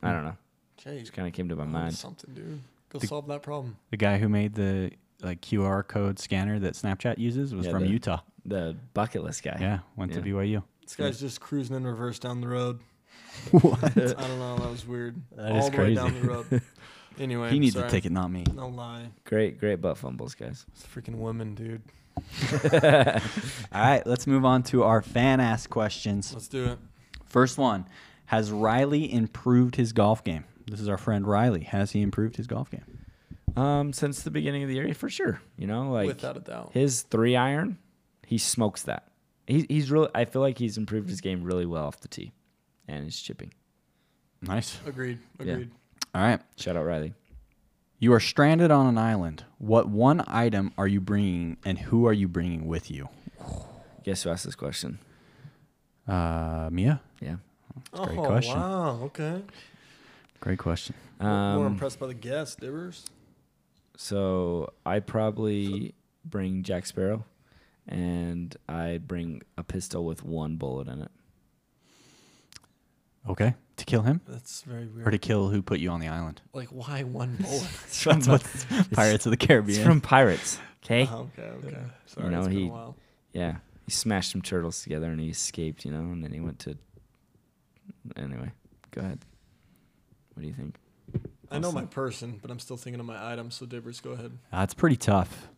[SPEAKER 2] I don't know.
[SPEAKER 3] Jeez.
[SPEAKER 2] Just kind of came to my
[SPEAKER 3] onto
[SPEAKER 2] mind.
[SPEAKER 3] Something, dude. Go
[SPEAKER 1] The-
[SPEAKER 3] solve that problem.
[SPEAKER 1] The guy who made the like QR code scanner that Snapchat uses was
[SPEAKER 2] Yeah,
[SPEAKER 1] from
[SPEAKER 2] the-
[SPEAKER 1] Utah.
[SPEAKER 2] The bucket list guy.
[SPEAKER 1] Yeah, went
[SPEAKER 2] Yeah.
[SPEAKER 1] to BYU.
[SPEAKER 3] This guy's just cruising in reverse down the road.
[SPEAKER 1] what?
[SPEAKER 3] I don't know. That was weird.
[SPEAKER 1] That
[SPEAKER 3] All
[SPEAKER 1] is
[SPEAKER 3] the way down the road. Anyway,
[SPEAKER 1] He
[SPEAKER 3] I'm
[SPEAKER 1] needs
[SPEAKER 3] sorry.
[SPEAKER 1] a ticket, not me.
[SPEAKER 3] No lie.
[SPEAKER 2] Great, great butt fumbles, guys.
[SPEAKER 3] It's a freaking woman, dude.
[SPEAKER 1] All right, let's move on to our fan ass questions.
[SPEAKER 3] Let's do it.
[SPEAKER 1] First one: Has Riley improved his golf game? This is our friend Riley. Has he improved his golf game?
[SPEAKER 2] Um, since the beginning of the year, for sure. You know, like
[SPEAKER 3] Without a doubt.
[SPEAKER 2] his three iron, he smokes that. He, he's really. I feel like he's improved his game really well off the tee, and his chipping.
[SPEAKER 1] Nice.
[SPEAKER 3] Agreed.
[SPEAKER 2] Yeah.
[SPEAKER 3] Agreed.
[SPEAKER 1] All right.
[SPEAKER 2] Shout out Riley.
[SPEAKER 1] You are stranded on an island. What one item are you bringing, and who are you bringing with you?
[SPEAKER 2] Guess who asked this question?
[SPEAKER 1] Uh, Mia.
[SPEAKER 2] Yeah.
[SPEAKER 1] a great
[SPEAKER 3] oh,
[SPEAKER 1] question.
[SPEAKER 3] wow. Okay.
[SPEAKER 1] Great question.
[SPEAKER 3] We're- We're
[SPEAKER 2] Um,
[SPEAKER 3] impressed by the guest, Divers.
[SPEAKER 2] so I probably bring Jack Sparrow, and I bring a pistol with one bullet in it.
[SPEAKER 1] Okay. To kill him
[SPEAKER 3] That's very
[SPEAKER 1] or to
[SPEAKER 3] weird.
[SPEAKER 1] kill who put you on the island?
[SPEAKER 3] Like, why one bullet?
[SPEAKER 1] Oh, That's what Pirates of the Caribbean. Uh-huh.
[SPEAKER 2] It's from Pirates. Okay.
[SPEAKER 3] Oh, okay, okay. Sorry,
[SPEAKER 2] know,
[SPEAKER 3] it's been
[SPEAKER 2] he-
[SPEAKER 3] a while.
[SPEAKER 2] Yeah, he smashed some turtles together and he escaped, you know, and then he went to. Anyway, go ahead. What do you think?
[SPEAKER 3] I know my
[SPEAKER 2] awesome.
[SPEAKER 3] person, but I'm still thinking of my item. So Dibbers, go ahead.
[SPEAKER 1] That's pretty tough.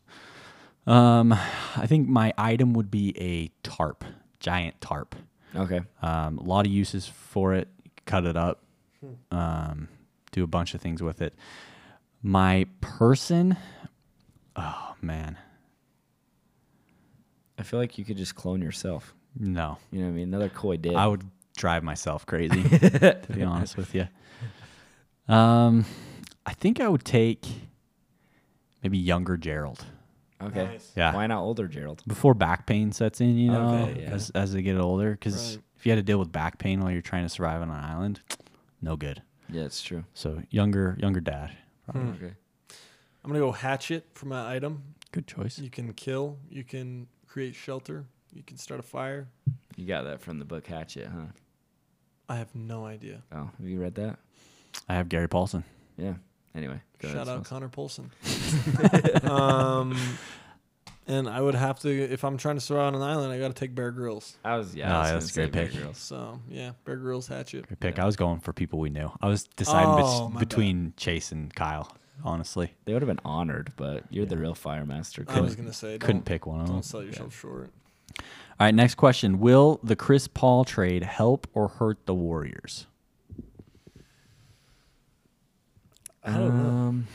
[SPEAKER 1] Um, I think my item would be a tarp, giant tarp.
[SPEAKER 2] Okay.
[SPEAKER 1] Um, a lot of uses for it. Cut it up, um, do a bunch of things with it. My person, oh man,
[SPEAKER 2] I feel like you could just clone yourself.
[SPEAKER 1] no.
[SPEAKER 2] You know what I mean? Another coy did.
[SPEAKER 1] I would drive myself crazy, to be honest with you. Um, I think I would take maybe younger Gerald.
[SPEAKER 2] okay.
[SPEAKER 3] Nice.
[SPEAKER 1] Yeah.
[SPEAKER 2] Why not older Gerald?
[SPEAKER 1] before back pain sets in, you know,
[SPEAKER 2] Okay, yeah.
[SPEAKER 1] as as they get older. Because
[SPEAKER 3] Right.
[SPEAKER 1] if you had to deal with back pain while you're trying to survive on an island, no good.
[SPEAKER 2] Yeah, it's true.
[SPEAKER 1] So younger, younger dad,
[SPEAKER 3] Hmm.
[SPEAKER 2] Okay.
[SPEAKER 3] I'm gonna go hatchet for my item.
[SPEAKER 1] good choice.
[SPEAKER 3] You can kill. You can create shelter. You can start a fire.
[SPEAKER 2] You got that from the book Hatchet, huh?
[SPEAKER 3] I have no idea.
[SPEAKER 2] Oh, have you read that?
[SPEAKER 1] I have Gary Paulson.
[SPEAKER 2] Yeah. Anyway, go ahead,
[SPEAKER 3] Shout out
[SPEAKER 2] Smalls.
[SPEAKER 3] Connor Polson. um, and I would have to if I'm trying to survive on an island, I got to take Bear Grylls.
[SPEAKER 2] I was yeah.
[SPEAKER 1] Ah,
[SPEAKER 2] I was
[SPEAKER 1] that's
[SPEAKER 2] gonna
[SPEAKER 1] a great
[SPEAKER 2] say Bear
[SPEAKER 1] pick.
[SPEAKER 2] Grylls.
[SPEAKER 3] So yeah, Bear Grylls hatchet.
[SPEAKER 1] Good pick.
[SPEAKER 2] Yeah.
[SPEAKER 1] I was going for people we knew. I was deciding bet-
[SPEAKER 3] Oh, my bad.
[SPEAKER 1] between Chase and Kyle. Honestly,
[SPEAKER 2] They would have been honored, but you're the
[SPEAKER 1] Yeah.
[SPEAKER 2] real fire master.
[SPEAKER 3] I was
[SPEAKER 2] Could-
[SPEAKER 3] gonna say
[SPEAKER 1] couldn't
[SPEAKER 3] don't,
[SPEAKER 1] pick one of them.
[SPEAKER 3] Don't sell yourself short.
[SPEAKER 1] All right, next question: Will the Chris Paul trade help or hurt the Warriors?
[SPEAKER 3] I don't know.
[SPEAKER 2] um,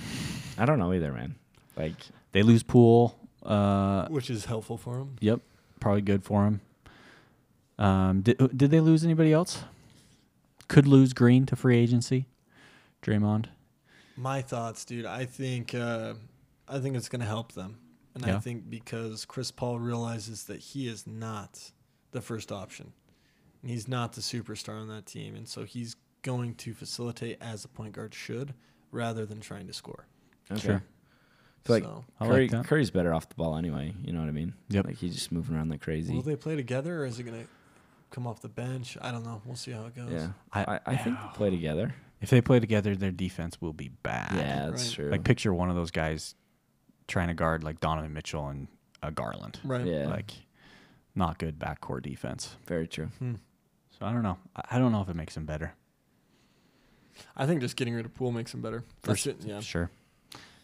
[SPEAKER 2] I don't know either, man. Like,
[SPEAKER 1] They lose Pool. Uh,
[SPEAKER 3] Which is helpful for him.
[SPEAKER 1] yep, probably good for him. Um, did did they lose anybody else? Could lose Green to free agency. Draymond.
[SPEAKER 3] My thoughts, dude. I think uh, I think it's gonna help them, and I
[SPEAKER 1] Yeah.
[SPEAKER 3] think because Chris Paul realizes that he is not the first option, and he's not the superstar on that team, and so he's going to facilitate as a point guard should, rather than trying to score.
[SPEAKER 2] okay.
[SPEAKER 1] Sure.
[SPEAKER 2] Feel like
[SPEAKER 3] so,
[SPEAKER 1] I
[SPEAKER 2] Curry,
[SPEAKER 1] like that.
[SPEAKER 2] Curry's better off the ball anyway. You know what I mean?
[SPEAKER 1] Yep.
[SPEAKER 2] Like he's just moving around like crazy.
[SPEAKER 3] will they play together, or is it gonna come off the bench? I don't know. We'll see how it goes.
[SPEAKER 2] yeah.
[SPEAKER 1] I-
[SPEAKER 2] I, I think they play together.
[SPEAKER 1] If they play together, their defense will be bad.
[SPEAKER 2] Yeah, that's
[SPEAKER 3] Right.
[SPEAKER 2] true.
[SPEAKER 1] Like picture one of those guys trying to guard like Donovan Mitchell and uh, Garland.
[SPEAKER 3] Right.
[SPEAKER 2] yeah,
[SPEAKER 1] Like not good backcourt defense.
[SPEAKER 2] very true.
[SPEAKER 3] Hmm.
[SPEAKER 1] So I don't know. I- I don't know if it makes them better.
[SPEAKER 3] I think just getting rid of Poole makes him better.
[SPEAKER 1] For
[SPEAKER 3] That's it, yeah.
[SPEAKER 1] Sure.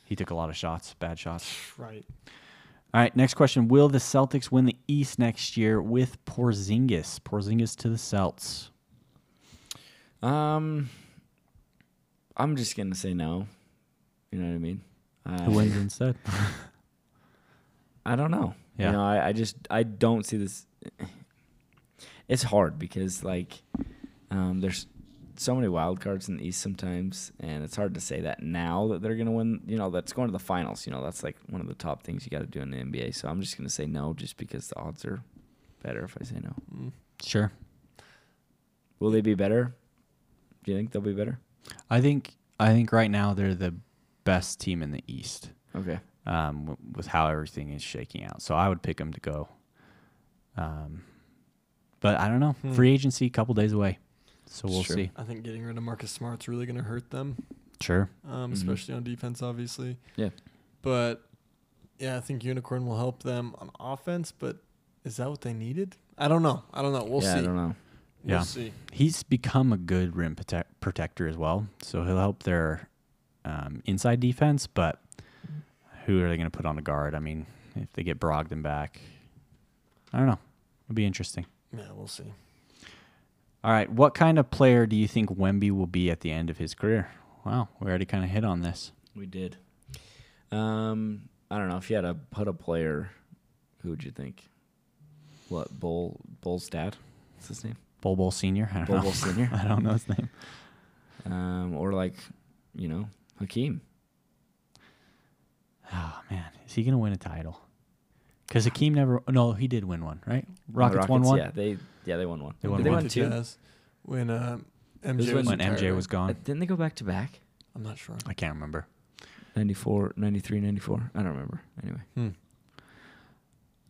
[SPEAKER 1] He took a lot of shots, bad shots.
[SPEAKER 3] Right.
[SPEAKER 1] All right, next question. Will the Celtics win the East next year with Porzingis? Porzingis to the Celts.
[SPEAKER 2] Um, I'm just gonna say no. You know what I mean? I,
[SPEAKER 1] Who wins instead?
[SPEAKER 2] I don't know.
[SPEAKER 1] Yeah.
[SPEAKER 2] You know, I, I just I don't see this. It's hard because like um, there's so many wild cards in the East sometimes, and it's hard to say that now that they're gonna win. You know, that's going to the finals. You know, that's like one of the top things you got to do in the NBA. So I'm just gonna say no, just because the odds are better if I say no.
[SPEAKER 3] Mm.
[SPEAKER 1] sure.
[SPEAKER 2] Will they be better? Do you think they'll be better?
[SPEAKER 1] I think I think right now they're the best team in the East.
[SPEAKER 2] Okay.
[SPEAKER 1] um, w- with how everything is shaking out. So I would pick him to go. Um, but I don't know.
[SPEAKER 3] Hmm.
[SPEAKER 1] Free agency, couple days away. So
[SPEAKER 2] It's
[SPEAKER 1] we'll
[SPEAKER 2] true.
[SPEAKER 1] see.
[SPEAKER 3] I think getting rid of Marcus Smart's really gonna hurt them.
[SPEAKER 1] Sure.
[SPEAKER 3] um,
[SPEAKER 2] Mhm.
[SPEAKER 3] especially on defense, obviously.
[SPEAKER 2] Yeah.
[SPEAKER 3] But yeah, I think Unicorn will help them on offense, but is that what they needed? I don't know. I don't know. We'll
[SPEAKER 2] yeah,
[SPEAKER 3] see.
[SPEAKER 2] I don't know.
[SPEAKER 3] We'll
[SPEAKER 1] Yeah.
[SPEAKER 3] see.
[SPEAKER 1] He's become a good rim protect- protector as well. So he'll help their um, inside defense. But who are they going to put on a guard? I mean, if they get Brogdon back, I don't know. It'll be interesting.
[SPEAKER 3] Yeah, we'll see.
[SPEAKER 1] All right. What kind of player do you think Wemby will be at the end of his career? Wow. We already kind of hit on this.
[SPEAKER 2] We did. Um, I don't know if you had to put a player. Who would you think? What Bull Bull's dad? What's his name?
[SPEAKER 1] Bol Bol Sr. I don't
[SPEAKER 2] Bull
[SPEAKER 1] know.
[SPEAKER 2] Bull Senior.
[SPEAKER 1] I don't know his name.
[SPEAKER 2] Um, or like, you know, Hakeem.
[SPEAKER 1] Oh man, is he gonna win a title? Because Hakeem never. No, he did win one, right?
[SPEAKER 2] The
[SPEAKER 1] Rockets, won one.
[SPEAKER 2] Yeah, they yeah they won one.
[SPEAKER 1] They won
[SPEAKER 2] Did they
[SPEAKER 1] one.
[SPEAKER 2] win
[SPEAKER 3] The
[SPEAKER 2] two?
[SPEAKER 3] Jazz when uh,
[SPEAKER 2] was
[SPEAKER 3] MJ
[SPEAKER 2] when
[SPEAKER 3] was
[SPEAKER 1] When
[SPEAKER 3] retired,
[SPEAKER 1] MJ
[SPEAKER 3] right?
[SPEAKER 1] was
[SPEAKER 2] Uh,
[SPEAKER 1] gone,
[SPEAKER 2] didn't they go back to back?
[SPEAKER 3] I'm not sure.
[SPEAKER 1] I can't remember.
[SPEAKER 2] 94, 93, 94. I don't remember. Anyway,
[SPEAKER 3] Hmm.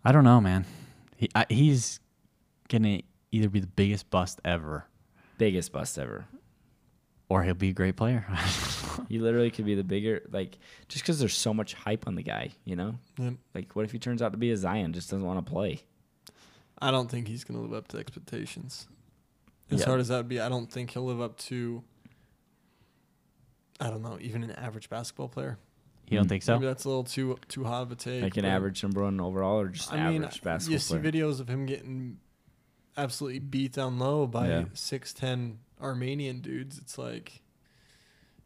[SPEAKER 1] I don't know, man. He, I, he's gonna either be the biggest bust ever,
[SPEAKER 2] Biggest bust ever.
[SPEAKER 1] or he'll be a great player.
[SPEAKER 2] He literally could be the bigger, like, just because there's so much hype on the guy, you know?
[SPEAKER 3] Yep.
[SPEAKER 2] Like, what if he turns out to be a Zion, just doesn't want to play?
[SPEAKER 3] I don't think he's going to live up to expectations. As
[SPEAKER 2] Yeah.
[SPEAKER 3] hard as that would be, I don't think he'll live up to. I don't know, even an average basketball player.
[SPEAKER 1] you don't
[SPEAKER 2] Hmm.
[SPEAKER 1] think so?
[SPEAKER 3] Maybe that's a little too too hot of a take.
[SPEAKER 2] Like an
[SPEAKER 3] but-
[SPEAKER 2] average number one overall or just
[SPEAKER 3] I mean,
[SPEAKER 2] average basketball
[SPEAKER 3] you see
[SPEAKER 2] player?
[SPEAKER 3] videos of him getting absolutely beat down low by
[SPEAKER 2] Yeah.
[SPEAKER 3] six ten Armenian dudes. It's like,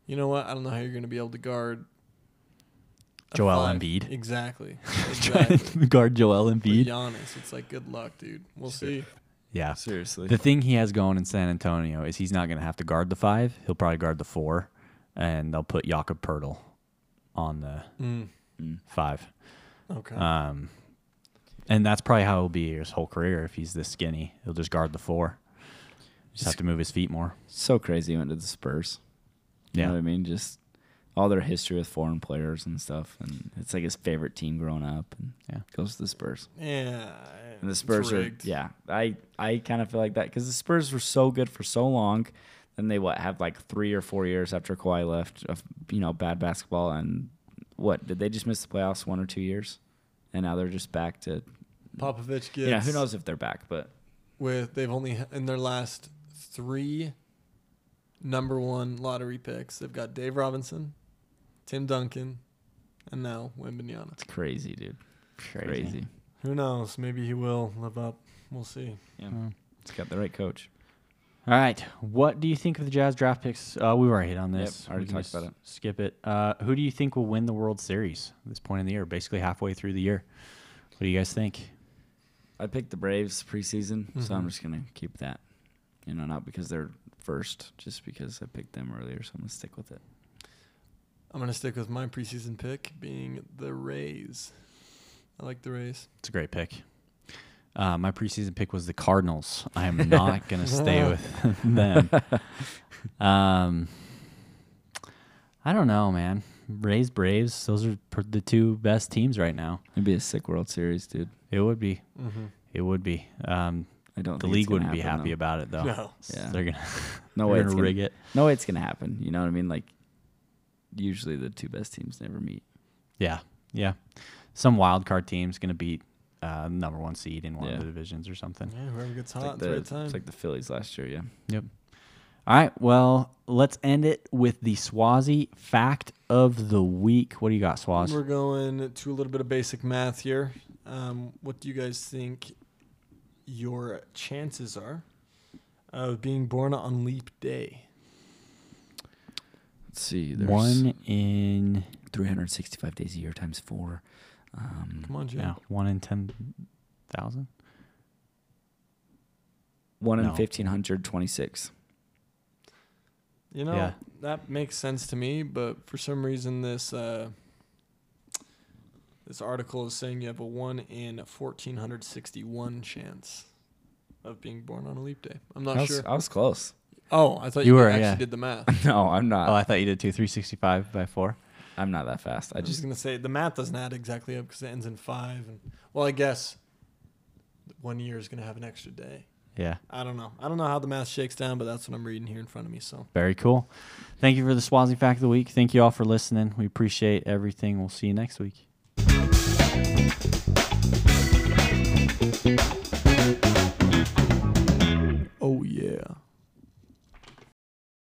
[SPEAKER 3] you know what? I don't know how you're going to be able to guard. a
[SPEAKER 1] Joel
[SPEAKER 3] five.
[SPEAKER 1] Embiid.
[SPEAKER 3] Exactly.
[SPEAKER 1] Trying
[SPEAKER 3] exactly.
[SPEAKER 1] to guard Joel
[SPEAKER 3] For
[SPEAKER 1] Embiid.
[SPEAKER 3] Giannis, it's like good luck, dude. We'll
[SPEAKER 2] Sure.
[SPEAKER 3] see.
[SPEAKER 1] Yeah.
[SPEAKER 2] Seriously.
[SPEAKER 1] The thing he has going in San Antonio is he's not going to have to guard the five. He'll probably guard the four, and they'll put Jakob Pertl on the
[SPEAKER 3] Mm,
[SPEAKER 2] Mm.
[SPEAKER 1] five.
[SPEAKER 3] okay.
[SPEAKER 2] Uh,
[SPEAKER 1] Um, and that's probably how he'll be his whole career if he's this skinny. He'll just guard the four. Just have to move his feet more.
[SPEAKER 2] So crazy he went to the Spurs. You
[SPEAKER 1] Yeah.
[SPEAKER 2] know what I mean? Just all their history with foreign players and stuff. And it's like his favorite team growing up and
[SPEAKER 1] Yeah.
[SPEAKER 2] goes to the Spurs.
[SPEAKER 3] Yeah.
[SPEAKER 2] And the
[SPEAKER 3] it's
[SPEAKER 2] Spurs are
[SPEAKER 3] rigged.
[SPEAKER 2] yeah. I I kind of feel like that because the Spurs were so good for so long, then they what have like three or four years after Kawhi left of you know bad basketball and what did they just miss the playoffs one or two years, and now they're just back to
[SPEAKER 3] Popovich gets.
[SPEAKER 2] yeah. Who knows if they're back, but
[SPEAKER 3] With they've only in their last three number one lottery picks, they've got Dave Robinson, Tim Duncan, and now Wimbignana.
[SPEAKER 2] it's crazy, dude. Crazy.
[SPEAKER 3] Who knows? Maybe he will live up. We'll see.
[SPEAKER 2] Yeah.
[SPEAKER 1] Mm.
[SPEAKER 2] It's got the right coach.
[SPEAKER 1] All right. What do you think of the Jazz draft picks? Uh, we already hit on
[SPEAKER 2] Yep,
[SPEAKER 1] this.
[SPEAKER 2] already
[SPEAKER 1] We can
[SPEAKER 2] talked
[SPEAKER 1] just
[SPEAKER 2] about it.
[SPEAKER 1] Skip it. Uh, who do you think will win the World Series at this point in the year? Basically halfway through the year. What do you guys think?
[SPEAKER 2] I picked the Braves preseason, so
[SPEAKER 1] Mm-hmm.
[SPEAKER 3] Mhm.
[SPEAKER 2] I'm just gonna keep that. You know, not because they're first, just because I picked them earlier, so I'm gonna stick with it.
[SPEAKER 3] I'm gonna stick with my preseason pick being the Rays. I like the Rays.
[SPEAKER 1] It's a great pick. Uh, my preseason pick was the Cardinals. I am not going to stay with them. Um, I don't know, man. Rays, Braves, those are pr- the two best teams right now.
[SPEAKER 2] It'd be a sick World Series, dude.
[SPEAKER 1] It would be.
[SPEAKER 3] Mm-hmm.
[SPEAKER 1] It would be. Um,
[SPEAKER 2] I don't.
[SPEAKER 1] the
[SPEAKER 2] think it's
[SPEAKER 1] league
[SPEAKER 2] gonna
[SPEAKER 1] wouldn't be
[SPEAKER 2] happen,
[SPEAKER 1] happy
[SPEAKER 2] though.
[SPEAKER 1] about it, though.
[SPEAKER 3] No.
[SPEAKER 2] Yeah.
[SPEAKER 1] They're going to
[SPEAKER 2] No way.
[SPEAKER 1] they're
[SPEAKER 2] It's
[SPEAKER 1] gonna
[SPEAKER 2] gonna,
[SPEAKER 1] rig it.
[SPEAKER 2] No way it's gonna happen. You know what I mean? Like, usually the two best teams never meet.
[SPEAKER 1] Yeah, yeah. Some wild card team's gonna beat uh, number one seed in one
[SPEAKER 2] Yeah.
[SPEAKER 1] of the divisions or something.
[SPEAKER 3] Yeah, whoever gets
[SPEAKER 2] It's
[SPEAKER 3] hot
[SPEAKER 2] like,
[SPEAKER 3] at the
[SPEAKER 2] the,
[SPEAKER 3] right time.
[SPEAKER 2] it's like the Phillies last year. Yeah.
[SPEAKER 1] Yep. All right. Well, let's end it with the Swazi fact of the week. What do you got, Swaz?
[SPEAKER 3] We're going to a little bit of basic math here. Um, what do you guys think your chances are of being born on leap day?
[SPEAKER 2] Let's see. There's
[SPEAKER 1] One in
[SPEAKER 2] 365 days a year times four. Um,
[SPEAKER 3] Come on, Jay.
[SPEAKER 1] yeah, one in ten thousand.
[SPEAKER 2] One in
[SPEAKER 1] No.
[SPEAKER 2] 1526.
[SPEAKER 3] You know,
[SPEAKER 1] Yeah.
[SPEAKER 3] that makes sense to me, but for some reason this uh, this article is saying you have a 1 in 1461 chance of being born on a leap day. I'm not
[SPEAKER 2] I was,
[SPEAKER 3] sure.
[SPEAKER 2] I was close.
[SPEAKER 3] Oh, I thought you,
[SPEAKER 1] You were,
[SPEAKER 3] actually
[SPEAKER 1] yeah.
[SPEAKER 3] did the math.
[SPEAKER 2] No, I'm not.
[SPEAKER 1] Oh, I thought you did two three sixty five by four.
[SPEAKER 2] I'm not that fast. I
[SPEAKER 3] I'm just
[SPEAKER 2] just
[SPEAKER 3] gonna say the math doesn't add exactly up because it ends in five. And well, I guess one year is gonna have an extra day.
[SPEAKER 1] Yeah.
[SPEAKER 3] I don't know. I don't know how the math shakes down, but that's what I'm reading here in front of me. So
[SPEAKER 1] Very cool. Thank you for the Swazi fact of the week. Thank you all for listening. We appreciate everything. We'll see you next week.